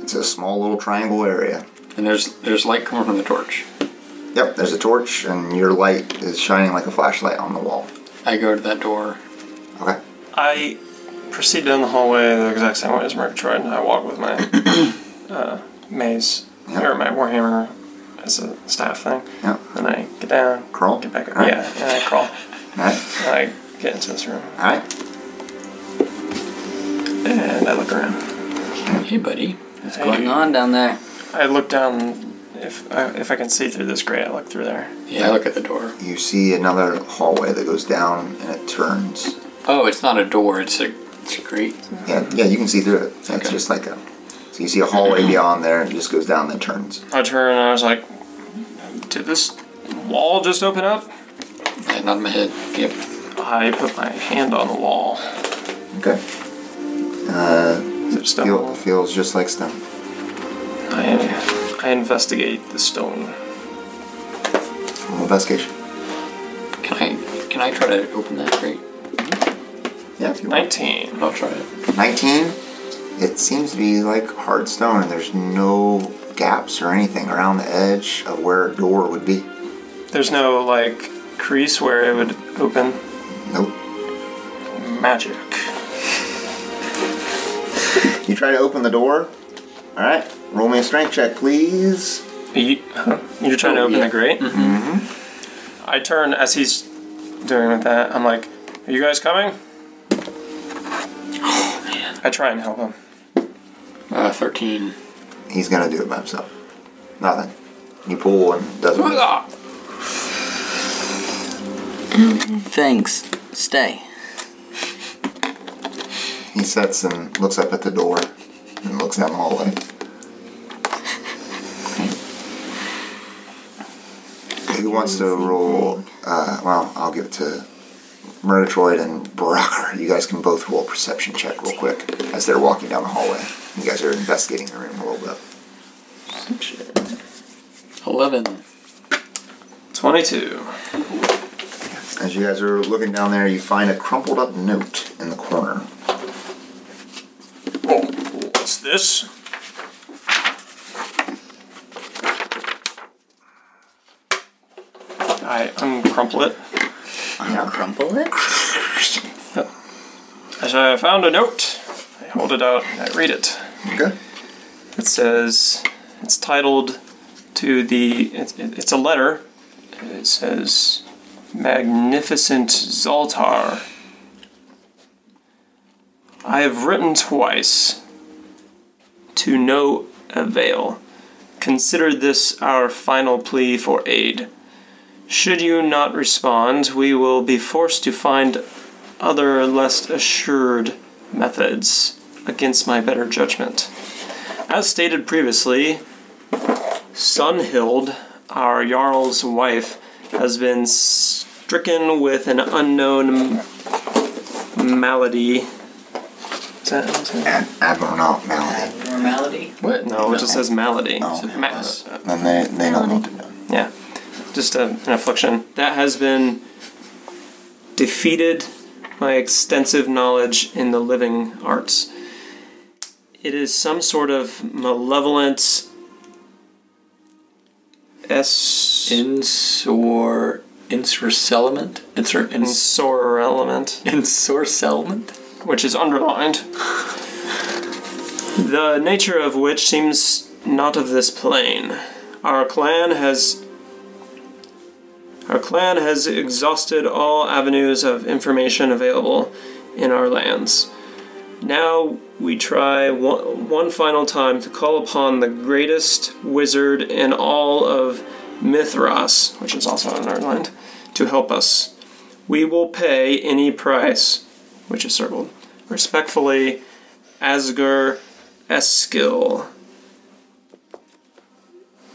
It's a small little triangle area. And there's there's light coming from the torch. Yep, there's a torch, and your light is shining like a flashlight on the wall. I go to that door. Okay. I proceed down the hallway the exact same way as Murgatroyd, and I walk with *coughs* my uh, maze or my warhammer as a staff thing. Yep. Then I get down, Crawl? get back up. Alright. Yeah, and I crawl. All right. And I get into this room All right. and I look around. Hey, buddy. What's going on down there? I look down if I, if I can see through this grate. I look through there. Yeah, I look at the door. You see another hallway that goes down and it turns. Oh, it's not a door. It's a it's a grate. Yeah, yeah, you can see through it. It's just like a. So you see a hallway beyond there and it just goes down and turns. I turn and I was like, "Did this wall just open up?" I nod my head. Yep. I put my hand on the wall. Okay. Uh, Is it a stone feel, wall? feels just like stone. I, I investigate the stone. Roll investigation. Can I can I try to open that grate? Yeah, if you want. Nineteen. I'll try it. 19. It seems to be like hard stone and there's no gaps or anything around the edge of where a door would be. There's no like crease where it would open. Nope. Magic. You try to open the door. All right. Roll me a strength check, please. You, are trying to open the grate. Mm-hmm. I turn as he's doing with that. I'm like, "Are you guys coming?" I try and help him. Uh, Thirteen. He's gonna do it by himself. Nothing. You pull and doesn't. move. Thanks. Stay. He sets and looks up at the door and looks out in the hallway. Who wants to roll? Uh, well, I'll give it to Murgatroyd and Brocker. You guys can both roll a perception check real quick as they're walking down the hallway. You guys are investigating the room a little bit. 11. 22. As you guys are looking down there, you find a crumpled up note in the corner. What's this? I uncrumple it. Crumple it? As I found a note, I hold it out and I read it. Okay. It says, it's titled to the, it's, it's a letter. It says, Magnificent Zoltar. I have written twice to no avail. Consider this our final plea for aid. Should you not respond, we will be forced to find other less assured methods against my better judgment. As stated previously, Sunhild, our Jarl's wife, has been stricken with an unknown m- malady. Is that, is that- An abnormal malady. Abnormality? What? no, it just says malady. Oh, Ma- uh, Then they, they don't know what to do. yeah, just a, an affliction that has been defeated by extensive knowledge in the living arts. It is some sort of malevolent es- Insor. Insorcelament? Insor. Ins- *laughs* sor element, Insorcelament? which is underlined. the nature of which seems not of this plane. Our clan has Our clan has exhausted all avenues of information available in our lands. Now we try one, one final time to call upon the greatest wizard in all of Mithras, which is also in our land, to help us. We will pay any price, which is circled. Respectfully, Asgur Eskil,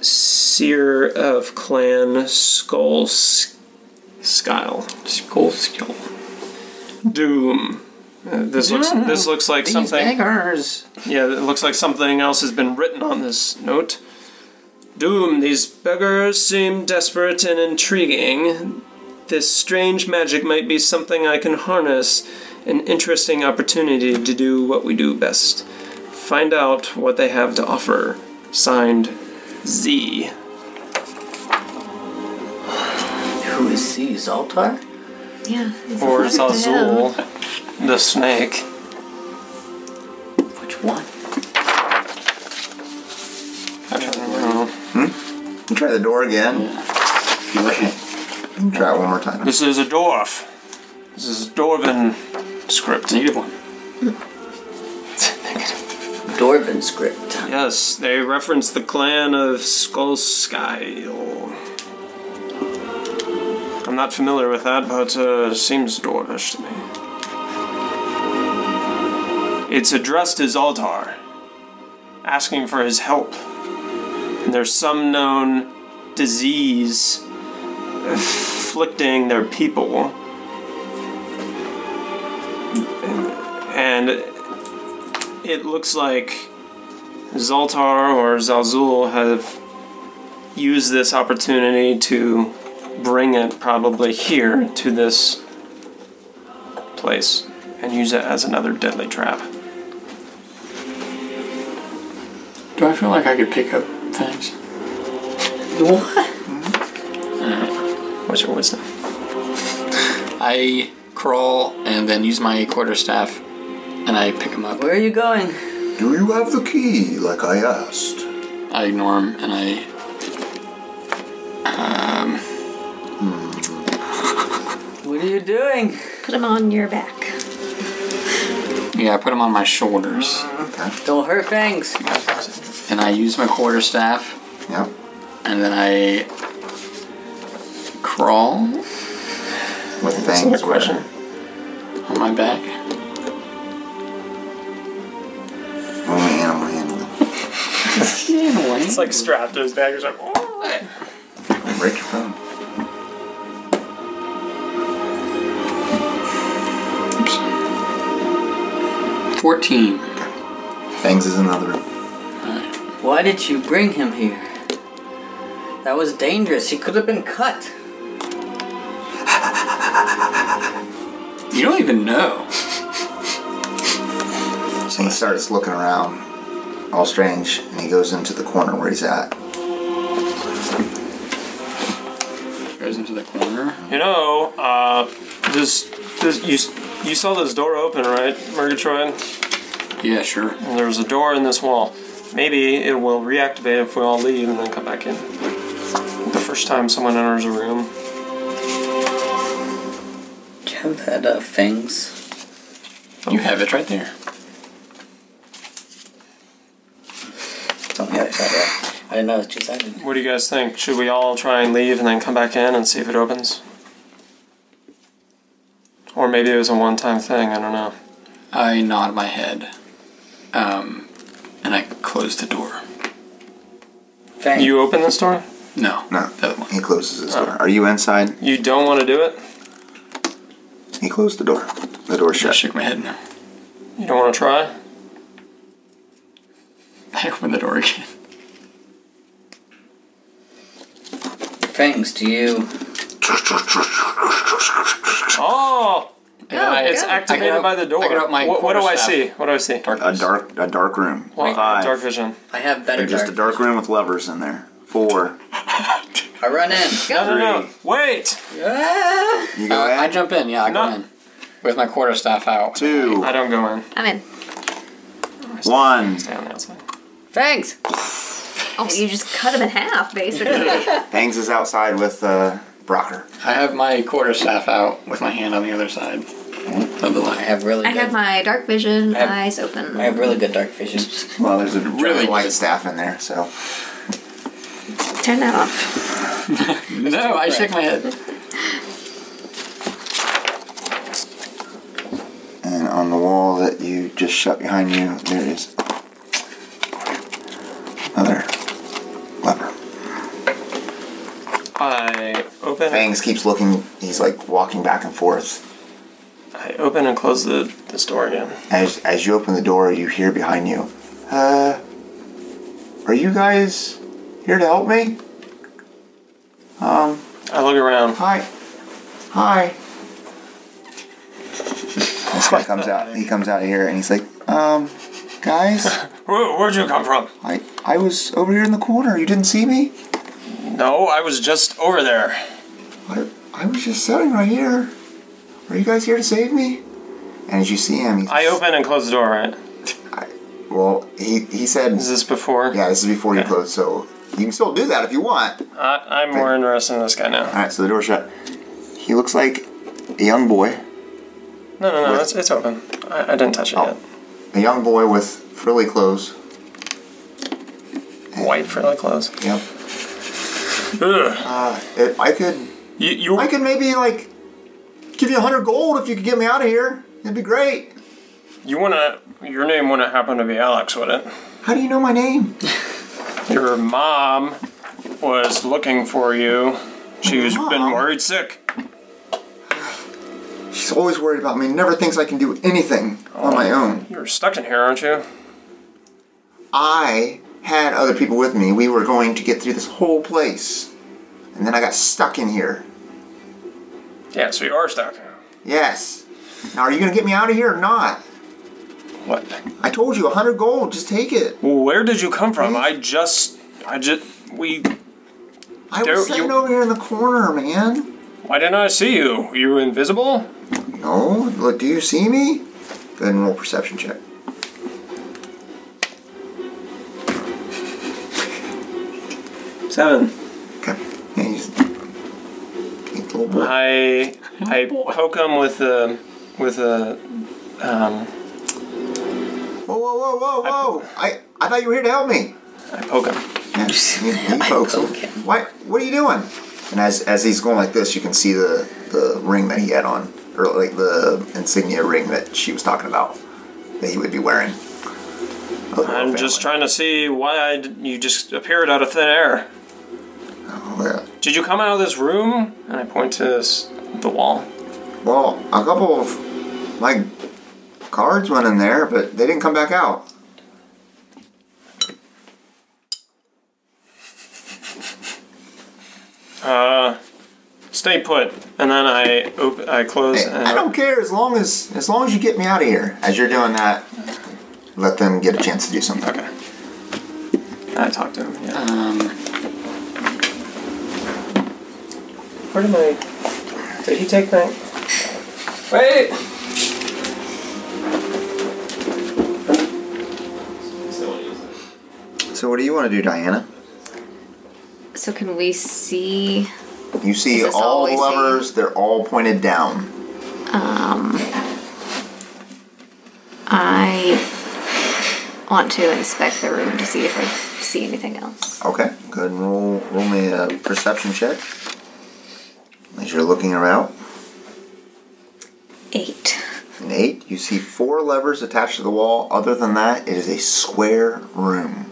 Seer of Clan Skull Skyle. Skull skill. Doom. Uh, this looks. This looks like something. Beggars. Yeah, it looks like something else has been written on this note. Doom. These beggars seem desperate and intriguing. This strange magic might be something I can harness. An interesting opportunity to do what we do best. Find out what they have to offer. Signed, Z. Who is C? Zoltar? Yeah. it's Or a fucking Zazul, the snake. Which one? I don't know. You try the door again. You try it one more time. This is a dwarf. This is Dwarven script. Negative one. Dorvan script. Yes, they reference the clan of Skullskyle. I'm not familiar with that, but uh, seems dwarvish to me. It's addressed as Altar, asking for his help. And there's some known disease afflicting their people. And it looks like Zoltar or Zalzul have used this opportunity to bring it probably here to this place and use it as another deadly trap. Do I feel like I could pick up things? What's your wisdom? I crawl and then use my quarterstaff and I pick him up. Where are you going? Do you have the key, like I asked? I ignore him and I. What are you doing? Put him on your back. Yeah, I put him on my shoulders. Don't hurt Fangs. And I use my quarterstaff Yep. and then I crawl With That's things not a question. on my back. where only animal handling. It's like strapped to his back or something. Break your phone. Fourteen. Fangs is another room. Why did you bring him here? That was dangerous. He could have been cut. You don't even know. And he starts looking around, all strange, and he goes into the corner where he's at. Goes into the corner. You know, uh, this, this you s- you saw this door open, right, Murgatroyd? Yeah, sure. And there's a door in this wall. Maybe it will reactivate if we all leave and then come back in. The first time someone enters a room. Do you have that uh, fangs? You have it right there. It's on the other side, right? I didn't know it's just I didn't. What do you guys think? Should we all try and leave and then come back in and see if it opens? Or maybe it was a one-time thing. I don't know. I nod my head, um, and I close the door. Fangs. You open this door. No, No, the other one. he closes his door. Uh, Are you inside? You don't want to do it. He closed the door. The door I shut. shook my head. No, You don't want to try. I opened the *laughs* door again. Fangs, do you. Oh, And I- it's I activated get out- by the door. I get out my what, what do I quarterstaff. see? What do I see? A dark, a dark room. Well, Five. dark vision. I have better Or just a dark. dark room with levers in there. Four. I run in. No, no, no. Wait. Ah! You go Uh, I in. jump in. Yeah, I go No. in with my quarter staff out. Two. I don't go in. I'm in. One. Stay on the outside. Fangs! Oh, you just cut him in *laughs* half, basically. Hangs is outside with uh, Brocker. I have my quarter staff out with my hand on the other side of the I line. have really I good. have my dark vision, have- eyes open. I have really good dark vision. Well, there's a Really really white good. staff in there, so. Turn that off. No, I shake my head. And on the wall that you just shut behind you, there is another lever. I open. Fangs keeps looking. He's like walking back and forth. I open and close the this door again. As as you open the door, you hear behind you, "Uh, are you guys here to help me? I look around. Hi, hi." This guy comes out. He comes out of here, and he's like, "Um, guys, Where, where'd you come from? I I was over here in the corner. You didn't see me. No, I was just over there. I, I was just sitting right here. Are you guys here to save me?" And as you see him, he's, I open and close the door. Right? Well, he he said, Is this before? "Yeah, this is before you Okay. close, so you can still do that if you want." I, I'm more interested in this guy now. All right, so the door shut. He looks like a young boy, No, no, no. It's, it's open. I, I didn't touch it Oh. a young boy with frilly clothes. yet. Oh. White frilly clothes. Yep. Ugh. Uh, it, I could, You, you. I could maybe like give you a hundred gold if you could get me out of here. It'd be great. You wanna. Your name wouldn't happen to be Alex, would it? How do you know my name? Your mom was looking for you. She's been Mom? worried sick. She's always worried about me. Never thinks I can do anything on my own. You're stuck in here, aren't you? I had other people with me. We were going to get through this whole place, and then I got stuck in here. Yeah, so you are stuck. Yes. Now, are you gonna get me out of here or not? What? I told you, a hundred gold. Just take it. Where did you come from? I just. I just. We. I There- was sitting you- over here in the corner, man. Why didn't I see you? Were you invisible? No, look, do you see me? Go ahead and roll perception check. Seven. Okay. Yeah, you just... Think the little boy. Uh-huh. I. I poke him with a. With a. Um, Whoa, whoa, whoa, whoa, whoa! I, I thought you were here to help me. I poke him. Yeah, You, you folks, okay. what what are you doing? And as as he's going like this, you can see the the ring that he had on, or like the insignia ring that she was talking about that he would be wearing. I'm just trying to see why I d- you just appeared out of thin air. trying. Did you come out of this room? And I point to this, the wall. Well, a couple of my guards went in there, but they didn't come back out. Uh, stay put. And then I op- I close. Hey, and I don't care as long as as long as you get me out of here. As you're doing that, let them get a chance to do something. Okay. I talked to him. Yeah. um, Where did my? Did he take my? Wait. So what do you want to do, Diana? So can we see? You see Is this all all the we see? levers; they're all pointed down. I want to inspect the room to see if I see anything else. Okay, go ahead and roll roll me a perception check as you're looking around. Eight. An eight. You see four levers attached to the wall. Other than that, it is a square room.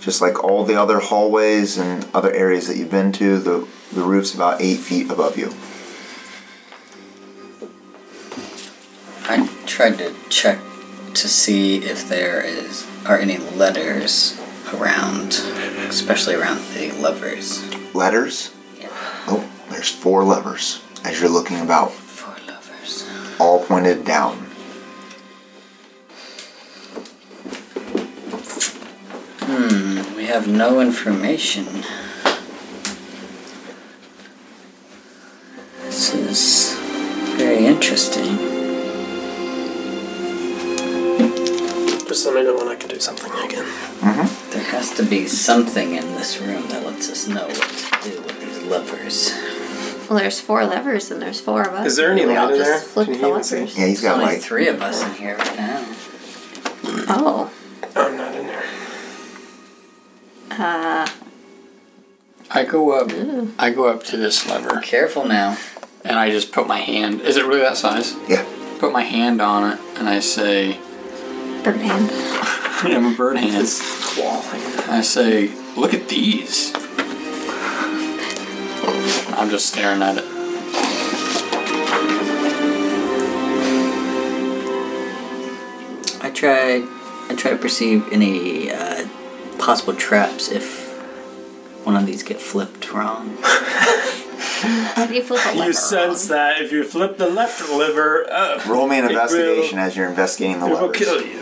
Just like all the other hallways and other areas that you've been to, the, the roof's about eight feet above you. I tried to check to see if there is are any letters around, especially around the levers. Letters. Oh, there's four levers as you're looking about, For lovers. all pointed down. We have no information. This is very interesting. Just let me know when I can do something again. Mm-hmm. There has to be something in this room that lets us know what to do with these levers. Well, there's four levers and there's four of us. Is there any We all light in just there? Flip Can you the even see? levers. Yeah, he's There's got only like three of us in here right now. Oh, I'm not in there. I go up. I go up to this lever Careful now. and I just put my hand. Is it really that size? yeah. Put my hand on it and I say, bird hand. "I'm a bird hand." I say, "Look at these." I'm just staring at it. I try. I try to perceive any uh, possible traps if one of these get flipped wrong. How do you flip a lever? You sense that if you flip the left lever up, Roll me an It will- investigation as you're investigating the it will levers. kill you.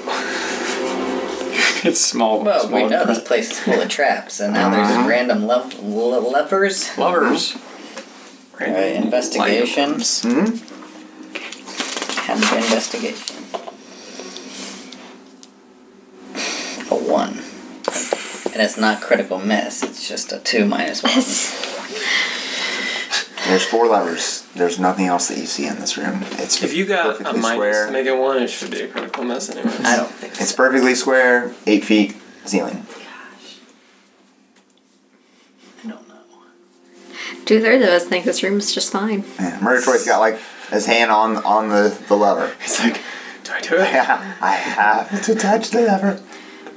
it's small. Well, we small know this print. place is full of traps, and now there's random lev- le- levers. Lovers. All right, investigation. Have the investigation. A one. And it's not critical miss, it's just a two minus one. There's four levers. There's nothing else that you see in this room. It's If you got a perfectly minus, square. make it one. It should be a critical mess anyway. I don't think It's perfectly square, eight feet ceiling. I don't know. *laughs* Two thirds of us think this room's just fine. Yeah. Murder Troy's got like his hand on on the the lever. *laughs* It's like, do *laughs* I do it? Yeah, I have to touch the lever.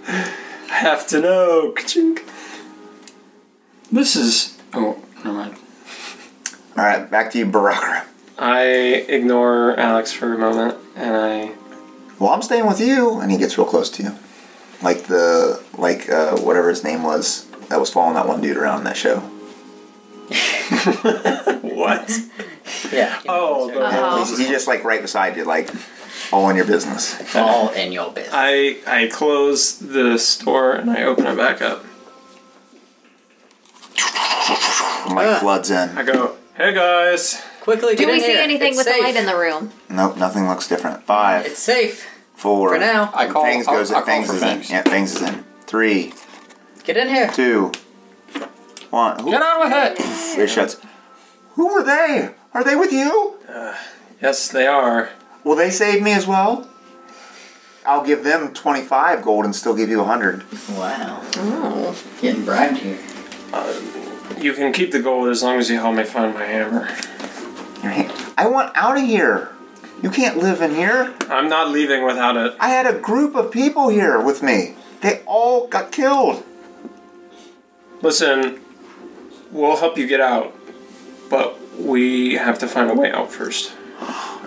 I have to know. Ka-chink. This is. Oh, never mind. All right, back to you, Barakra. I ignore Alex for a moment, and I Well, I'm staying with you, and he gets real close to you, like the like uh, whatever his name was that was following that one dude around in that show. *laughs* what? Yeah. you know, Oh, these the- are He's, he's just like right beside you, like all in your business. *laughs* all in your business. I I close the store and I open it back up. And, like floods I in. go, hey guys. Quickly, Do get we in see here. anything it's with safe. the light in the room? Nope, nothing looks different. Five, It's safe four. for now. I call. Fangs I'll- goes. I'll call Fangs for is Fangs. in. Yeah, Fangs is in. Three, Get in here. two, one. Who- Get on with it. It shuts. Who are they? Are they with you? Yes, they are. Will they save me as well? I'll give them 25 gold and still give you 100. Wow. Getting bribed here. You can keep the gold as long as you help me find my hammer. I want out of here. You can't live in here. I'm not leaving without it. I had a group of people here with me. They all got killed. Listen, we'll help you get out, but we have to find a way out first.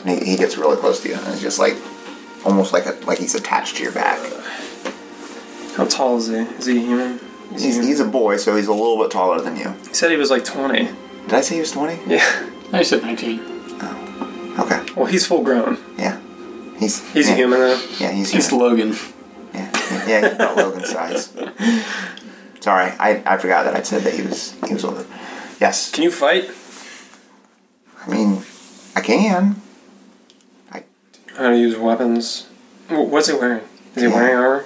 And he, he gets really close to you and it's just like almost like a, like he's attached to your back. How tall is he? Is he human? Is he, He's, Mm-hmm. human? he's a boy, so he's a little bit taller than you. he said he was like 20. Did I say he was 20? Yeah. I said 19. Okay. Well, he's full grown. Yeah. He's He's yeah. a human though. Yeah, he's He's human. Logan. yeah. yeah, he's about Logan size. Sorry, I, I forgot that I said that he was he was older. Yes. Can you fight? I mean, I can. How to use weapons? Wh- What's he wearing? Is he wearing armor?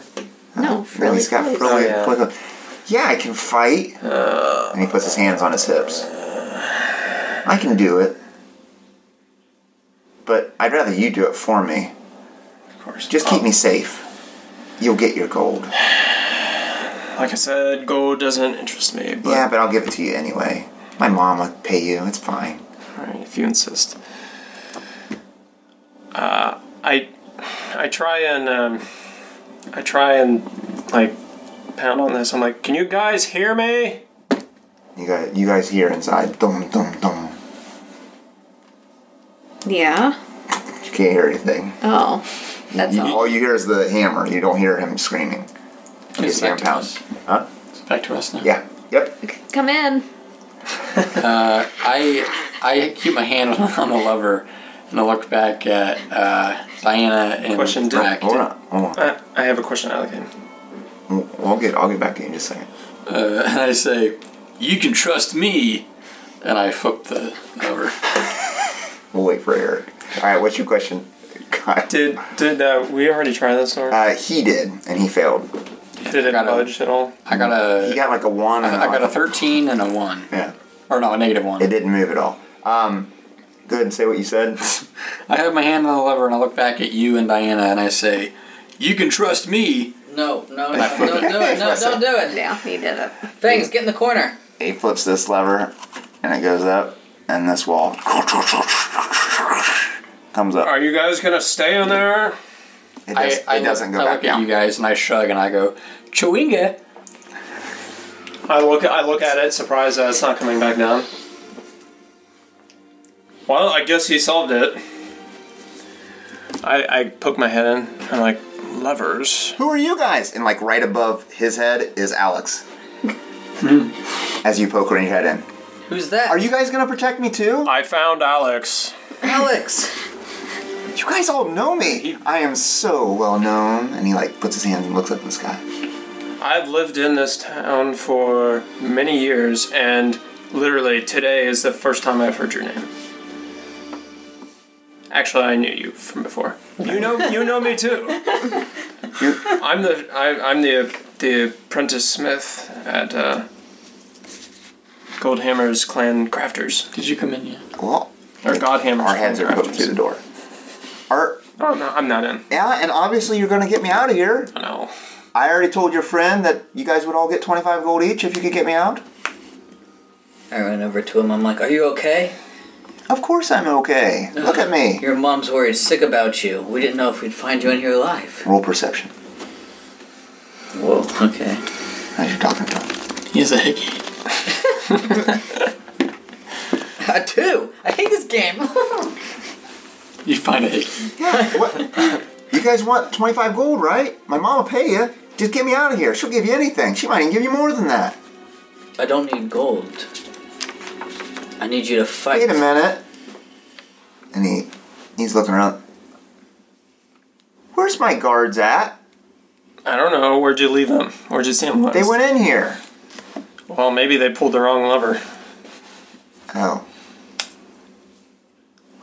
No, And frilly he's got clothes. frilly. Oh, yeah. Uh, frilly- yeah, I can fight. and he puts his hands on his hips. I can do it. But I'd rather you do it for me. Of course. Just keep me safe. You'll get your gold. Like I said, gold doesn't interest me, but yeah, but I'll give it to you anyway. My mom will pay you. It's fine. Alright, if you insist. Uh, I, I try and, um, I try and, like, pound on this. I'm like, can you guys hear me? You guys, you guys hear inside. Dum dum dum. Yeah. You can't hear anything. Oh, that's You- all. all you hear is the hammer. You don't hear him screaming. You just He's hear him back to pound. us. Huh? It's back to us now. Yeah. Yep. Come in. I I keep my hand *laughs* on the lever and I look back at uh, Diana and Question, did- Brack. Hold on. Hold on. I, I have a question out of the game. We'll- We'll get. I'll get back to you in just a second. Uh, and I say, "You can trust me," and I flip the lever. We'll wait for Eric. All right. What's your question? *laughs* God. Did, did, uh, we already try this, or Uh, he did, and he failed. did it got a- budge at all? I got He a got like a one. And I got a like- thirteen and a one, Yeah. or no, a negative It one. didn't move at all. Um, go ahead and say what you said. *laughs* I have my hand on the lever and I look back at you and Diana and I say, "You can trust me." No, no, no, don't do it. No, don't do it. Yeah, he did it. Things, get in the corner. he flips this lever, and it goes up, and this wall comes up. Are you guys gonna stay in there? It, I, does, I it doesn't look, go I back look at you down. guys and I shrug and I go, "Chewinga." I look, I look at it, surprised that it's not coming back down. Well, I guess he solved it. I, I poke my head in. I'm like, levers. Who are you guys? And like right above his head is Alex. Hmm. As you poke your head in, Who's that? are you guys gonna protect me too? I found Alex. Alex? You guys all know me. I am so well known. And he like puts his hands and looks up in the sky. I've lived in this town for many years, and literally today is the first time I've heard your name. Actually, I knew you from before. You know, you know me too. I'm the I, I'm the the apprentice smith at uh, Goldhammer's Clan Crafters Did you come in yet? Well, or Godhammer's. our heads are Clan poked Crafters. through the door. Are Oh no, I'm not in. yeah, and obviously you're gonna get me out of here. No, I already told your friend that you guys would all get 25 gold each if you could get me out. I ran over to him. I'm like, Are you okay? Of course I'm okay. Look at me. Your mom's worried sick about you. We didn't know if we'd find you in here alive. Roll perception. Whoa, okay. *laughs* As you're talking to him. He's a hickey. I do. I hate this game. *laughs* You find a hickey. Yeah. What? you guys want 25 gold, right? My mom will pay you. Just get me out of here. She'll give you anything. She might even give you more than that. I don't need gold. I need you to fight. Wait a minute. And he he's looking around. Where's my guards at? I don't know. Where'd you leave them? Where'd you see them? Last? They went in here. Well, maybe they pulled the wrong lever. Oh.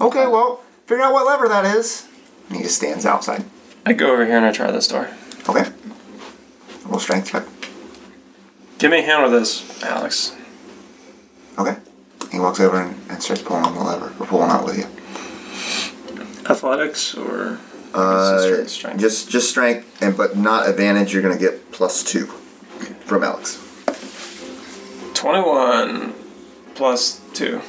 Okay, well, figure out what lever that is. And he just stands outside. I go over here and I try this door. Okay. Roll strength check. Give me a hand with this, Alex. Okay. He walks over and, and starts pulling on the lever, or pulling out with you. Athletics or It's just Uh, straight strength. just just strength, and but not advantage. You're gonna get plus two from Alex. 21 plus 2.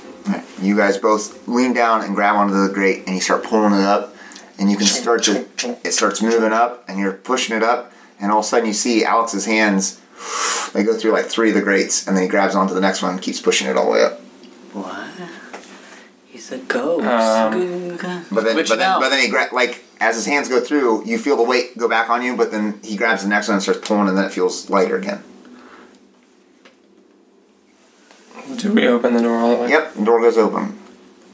You guys both lean down and grab onto the grate, and you start pulling it up, and you can start to. It starts moving up, and you're pushing it up, and all of a sudden you see Alex's hands. They go through like three of the grates, and then he grabs onto the next one and keeps pushing it all the way up. What? He's a ghost. But then, Which but then, now? but then he gra- like as his hands go through, you feel the weight go back on you, but then he grabs the next one and starts pulling, and then it feels lighter again. Do we open the door all the way? Yep, the door goes open.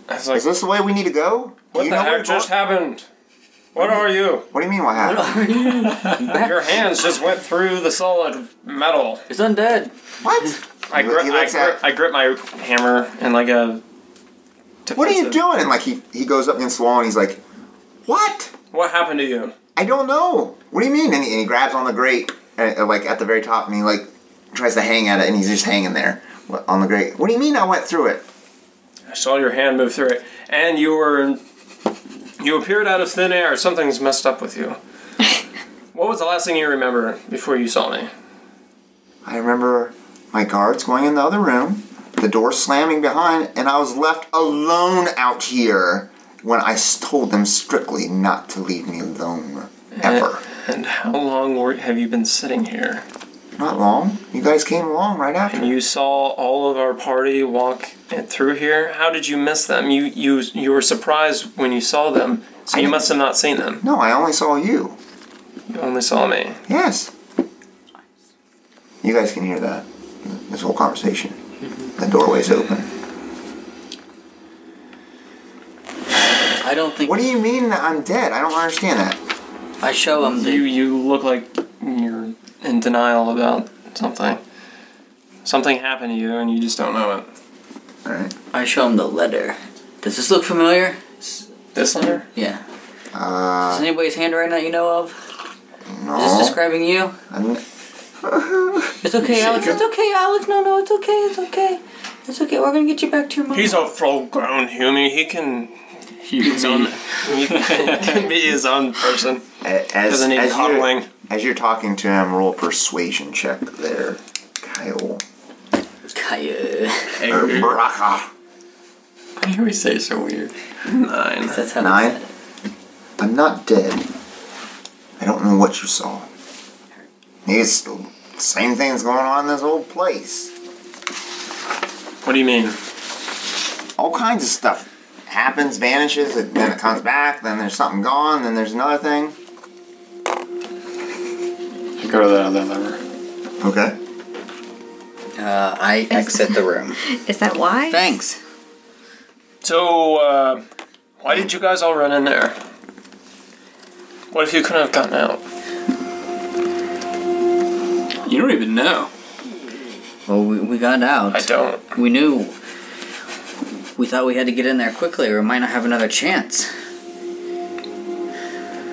I was like, Is this the way we need to go? what do you the know where heck to just go? happened? What are you? What do you mean? What happened? Your hands just went through the solid metal. He's undead. What? *laughs* I, He gri- I, looks gri- at- I grip my hammer and like a. What are you defensive- doing? And like he he goes up against the wall and he's like, "What? What happened to you? I don't know. What do you mean?" And he, and he grabs on the grate, uh, uh, like at the very top, and he like tries to hang at it, and he's just hanging there wh- on the grate. What do you mean? I went through it. I saw your hand move through it, and you were. You appeared out of thin air. Something's messed up with *laughs* you. what was the last thing you remember before you saw me? I remember my guards going in the other room, the door slamming behind, and I was left alone out here when I s- told them strictly not to leave me alone ever. And how long were, have you been sitting here? Not long. You guys came along right after. And you saw all of our party walk in- through here. How did you miss them? You you you were surprised when you saw them, so you must have not seen them. No, I only saw you. You only saw me. Yes. You guys can hear that. This whole conversation. The doorway's open. I don't think What do you mean that I'm dead? I don't understand that. I show him You the you look like you're in denial about something. Something happened to you, and you just don't know it. Alright. I show him the letter. Does this look familiar? This letter? Yeah. Is Uh, anybody's handwriting that you know of? Is this no. describing you? I'm- It's okay, Alex. It's okay, Alex. No, no, it's okay. It's okay. It's okay. We're gonna get you back to your mom. He's a full-grown human. He can be his own. He can be his own person. *laughs* a- As, Doesn't need as, you're, coddling. as you're talking to him, roll a persuasion check there, Kyle. Coyote. Or Baraka. Why do we say it's so weird? Nine. That's how Nine? He said I'm not dead. I don't know what you saw. Maybe it's the same thing's going on in this old place. What do you mean? all kinds of stuff happens, vanishes, and then it comes back, then there's something gone, then there's another thing. Go to that other lever. Okay. it. Uh, I exit the room. Is that *laughs* why? Thanks. So, uh, why did you guys all run in there? What if you couldn't have gotten out? You don't even know. Well, we, we got out. I don't. We knew. We thought we had to get in there quickly, or we might not have another chance.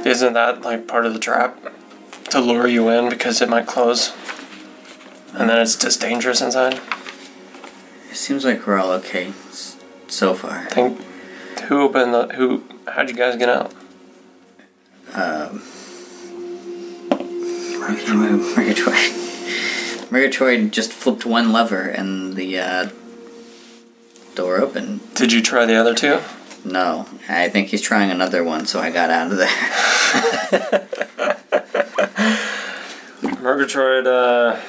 Isn't that like part of the trap? To lure you in because it might close? And then it's just dangerous inside? It seems like we're all okay s- so far. Think. Who opened the. Who. How'd you guys get out? Um, Murgatroyd. *laughs* Murgatroyd just flipped one lever and the uh, door opened. Did you try the other two? No, I think he's trying another one, so I got out of there. Murgatroyd, uh.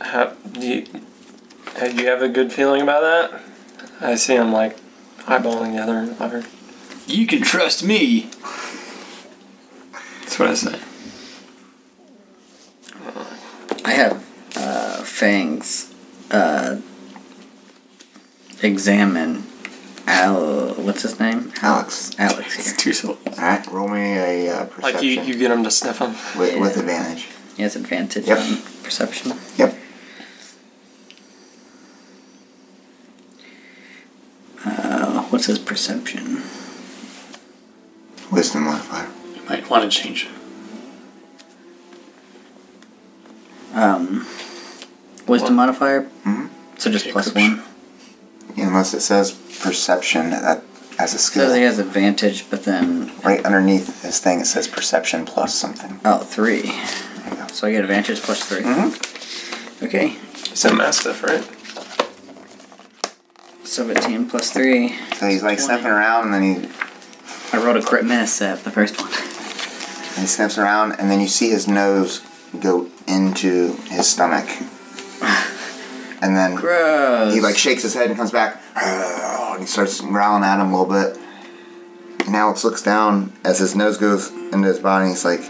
Ha, do you, uh, do you have a good feeling about that? I see him like eyeballing the other lever. You can trust me. That's what I say. I have uh, Fang's uh, examine Al. What's his name? Alex. Alex here. Two syllables. Alright, roll me a uh, perception Like you, you get him to sniff him. with, with Yeah. advantage. He has advantage Yep. on perception. Yep. Uh, what's his perception? Wisdom modifier. You might want to change it. Um, wisdom modifier. Mhm. So just plus one. Unless it says perception, that as a Says he skill. has advantage, but then Right underneath his thing, it says perception plus something. oh three, so I get advantage plus 3 Okay, He's Mm-hmm. a mastiff, right? seventeen plus three. So he's like sniffing around, and then he I rolled a crit miss at the first one. he sniffs around, and then you see his nose go into his stomach, and then Gross. he like shakes his head and comes back, "Uh," and he starts growling at him a little bit. And Alex looks down as his nose goes into his body, and he's like,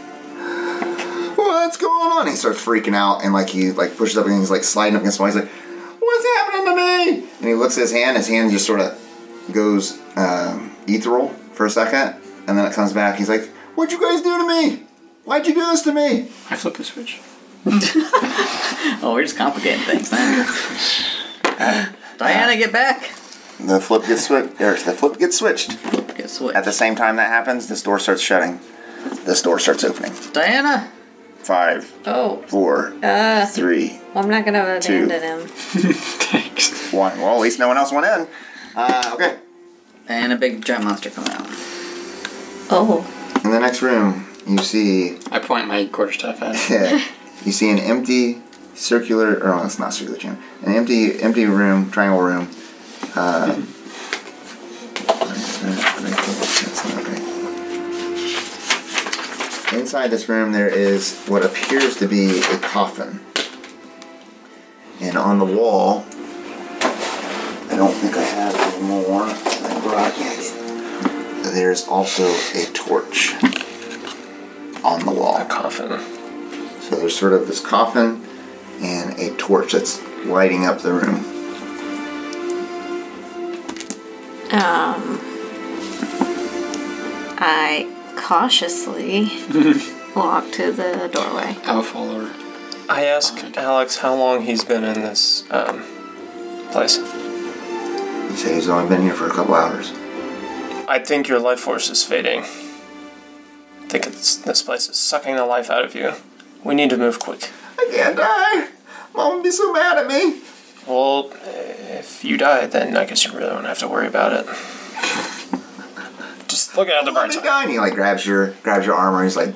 "What's going on?" he starts freaking out, and like he like pushes up, and he's like sliding up against the wall. He's like, "What's happening to me?" And he looks at his hand. His hand just sort of goes um, ethereal for a second, and then it comes back. He's like, "What'd you guys do to me? Why'd you do this to me?" I flip the *laughs* switch. oh, we're just complicating things. now. *laughs* Diana, get back. The flip gets switched. The flip gets switched. Get switched. At the same time that happens, this door starts shutting. This door starts opening. Diana. Five, Oh, four, uh, three, well, I'm not gonna abandon Two. him. Thanks. one. Well, at least no one else went in. Uh, okay. And a big giant monster coming out. Oh, In the next room, you see I point my quarterstaff at him. *laughs* you see an empty circular. Or no, it's not circular chamber. An empty, empty room, triangle room. Uh, Inside this room, there is what appears to be a coffin. And on the wall, I don't think I have any more. I brought it. There's also a torch on the wall. A coffin. So there's sort of this coffin and a torch that's lighting up the room. I *laughs* cautiously walk to the doorway. I'll follow her. I ask Alex how long he's been in this um, place. You say he's only "Oh, been here for a couple hours. I think your life force is fading. I think it's, this place is sucking the life out of you. We need to move quick. I can't die. Mom would be so mad at me. Well, if you die, then I guess you really don't have to worry about it. Just look at the Let bright me side. die. And he like grabs your grabs your armor. He's like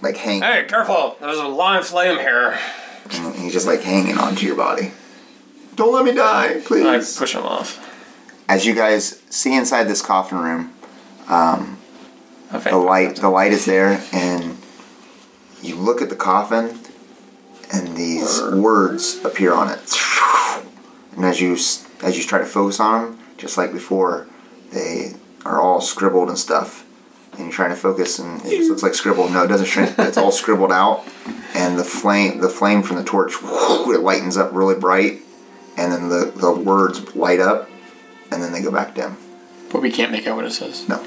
like hang. Hey, careful! There's a live flame here. and He's just like hanging onto your body. Don't let me die, I please. push him off. As you guys see inside this coffin room, Okay. the light the light is there, and you look at the coffin, and these words appear on it. And as you s- as you try to focus on them, just like before, they are all scribbled and stuff. And you're trying to focus, and it just looks like scribble. No, it doesn't *laughs* shrink. but It's all scribbled out, and the flame the flame from the torch it lightens up really bright, and then the the words light up, and then they go back dim. But we can't make out what it says. No.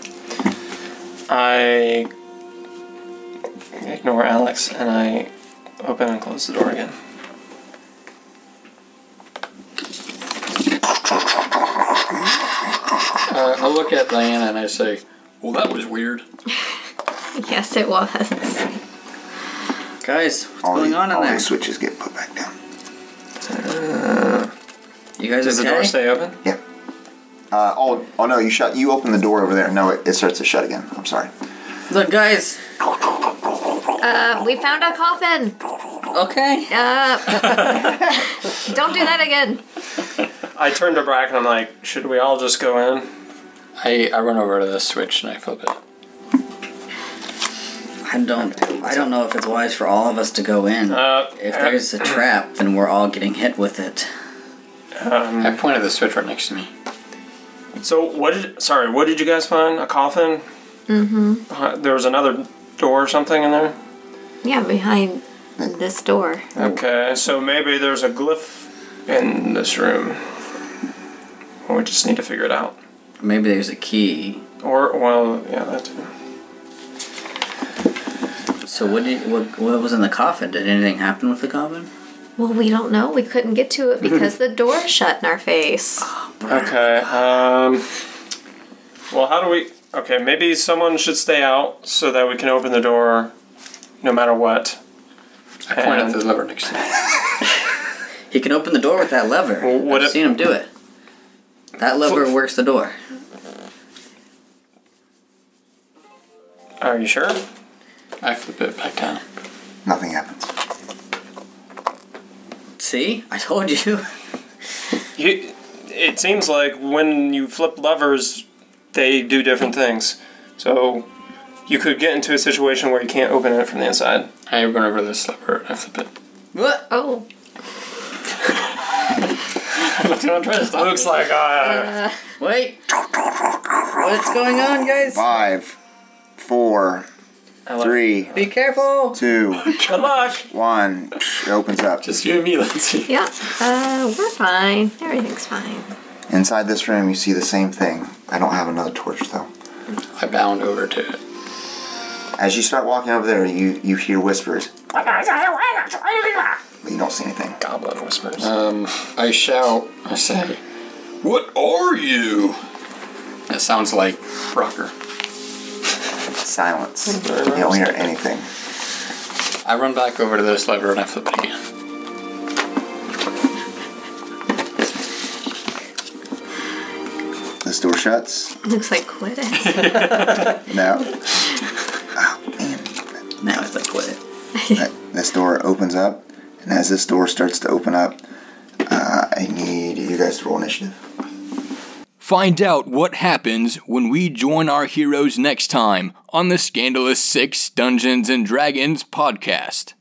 I ignore Alex and I open and close the door again. Uh, I look at Diana and I say, "Well, that was weird." Yes, it was. Guys, what's All going the- on in all there? the switches get put back down. You guys Does okay? the door stay open? Yeah. Uh, oh, oh no! You shut. You open the door over there. No, it, it starts to shut again. I'm sorry. Look, guys. Uh, we found a coffin. Okay. Uh, *laughs* don't do that again. I turn to Brack and I'm like, should we all just go in? I I run over to the switch and I flip it. I don't. I don't know if it's wise for all of us to go in. Uh, if there's a trap, then we're all getting hit with it. I pointed the switch right next to me. So what did? Sorry, what did you guys find? A coffin. Mm-hmm. There was another door or something in there. Yeah, behind this door. Okay, so maybe there's a glyph in this room. We just need to figure it out. Maybe there's a key. Or well, yeah, that too. So what did what, what was in the coffin? Did anything happen with the coffin? Well, we don't know. We couldn't get to it because the door shut in our face. Okay. Um. Well, how do we? Okay, maybe someone should stay out so that we can open the door, no matter what. I point at And- the lever next to me. He can open the door with that lever. Well, what I've if- seen him do it. That lever Fl- works the door. Are you sure? I flip it back down. Nothing happens. See, I told you. *laughs* You, it seems like when you flip levers, they do different things. So you could get into a situation where you can't open it from the inside. I run over to this lever and I flip it. What? Oh. I'm trying to stop Looks like uh, Wait. What's going on, guys? Five, four, three, Be careful. two, good luck. one. It opens up. Just you and me, Lindsay. Yeah. Uh, we're fine. Everything's fine. Inside this room, you see the same thing. I don't have another torch though. I bound over to it. As you start walking over there, you you hear whispers. But you don't see anything. Goblin whispers. Um, I shout, I say, What are you? That sounds like Brocker. Silence. You don't hear anything. I run back over to this lever and I flip it again. This door shuts. Looks like Quidditch. *laughs* No. Oh man. Now it's like quit it. That- This door opens up, and as this door starts to open up, uh, I need you guys to roll initiative. Find out what happens when we join our heroes next time on the Scandalous Six Dungeons and Dragons podcast.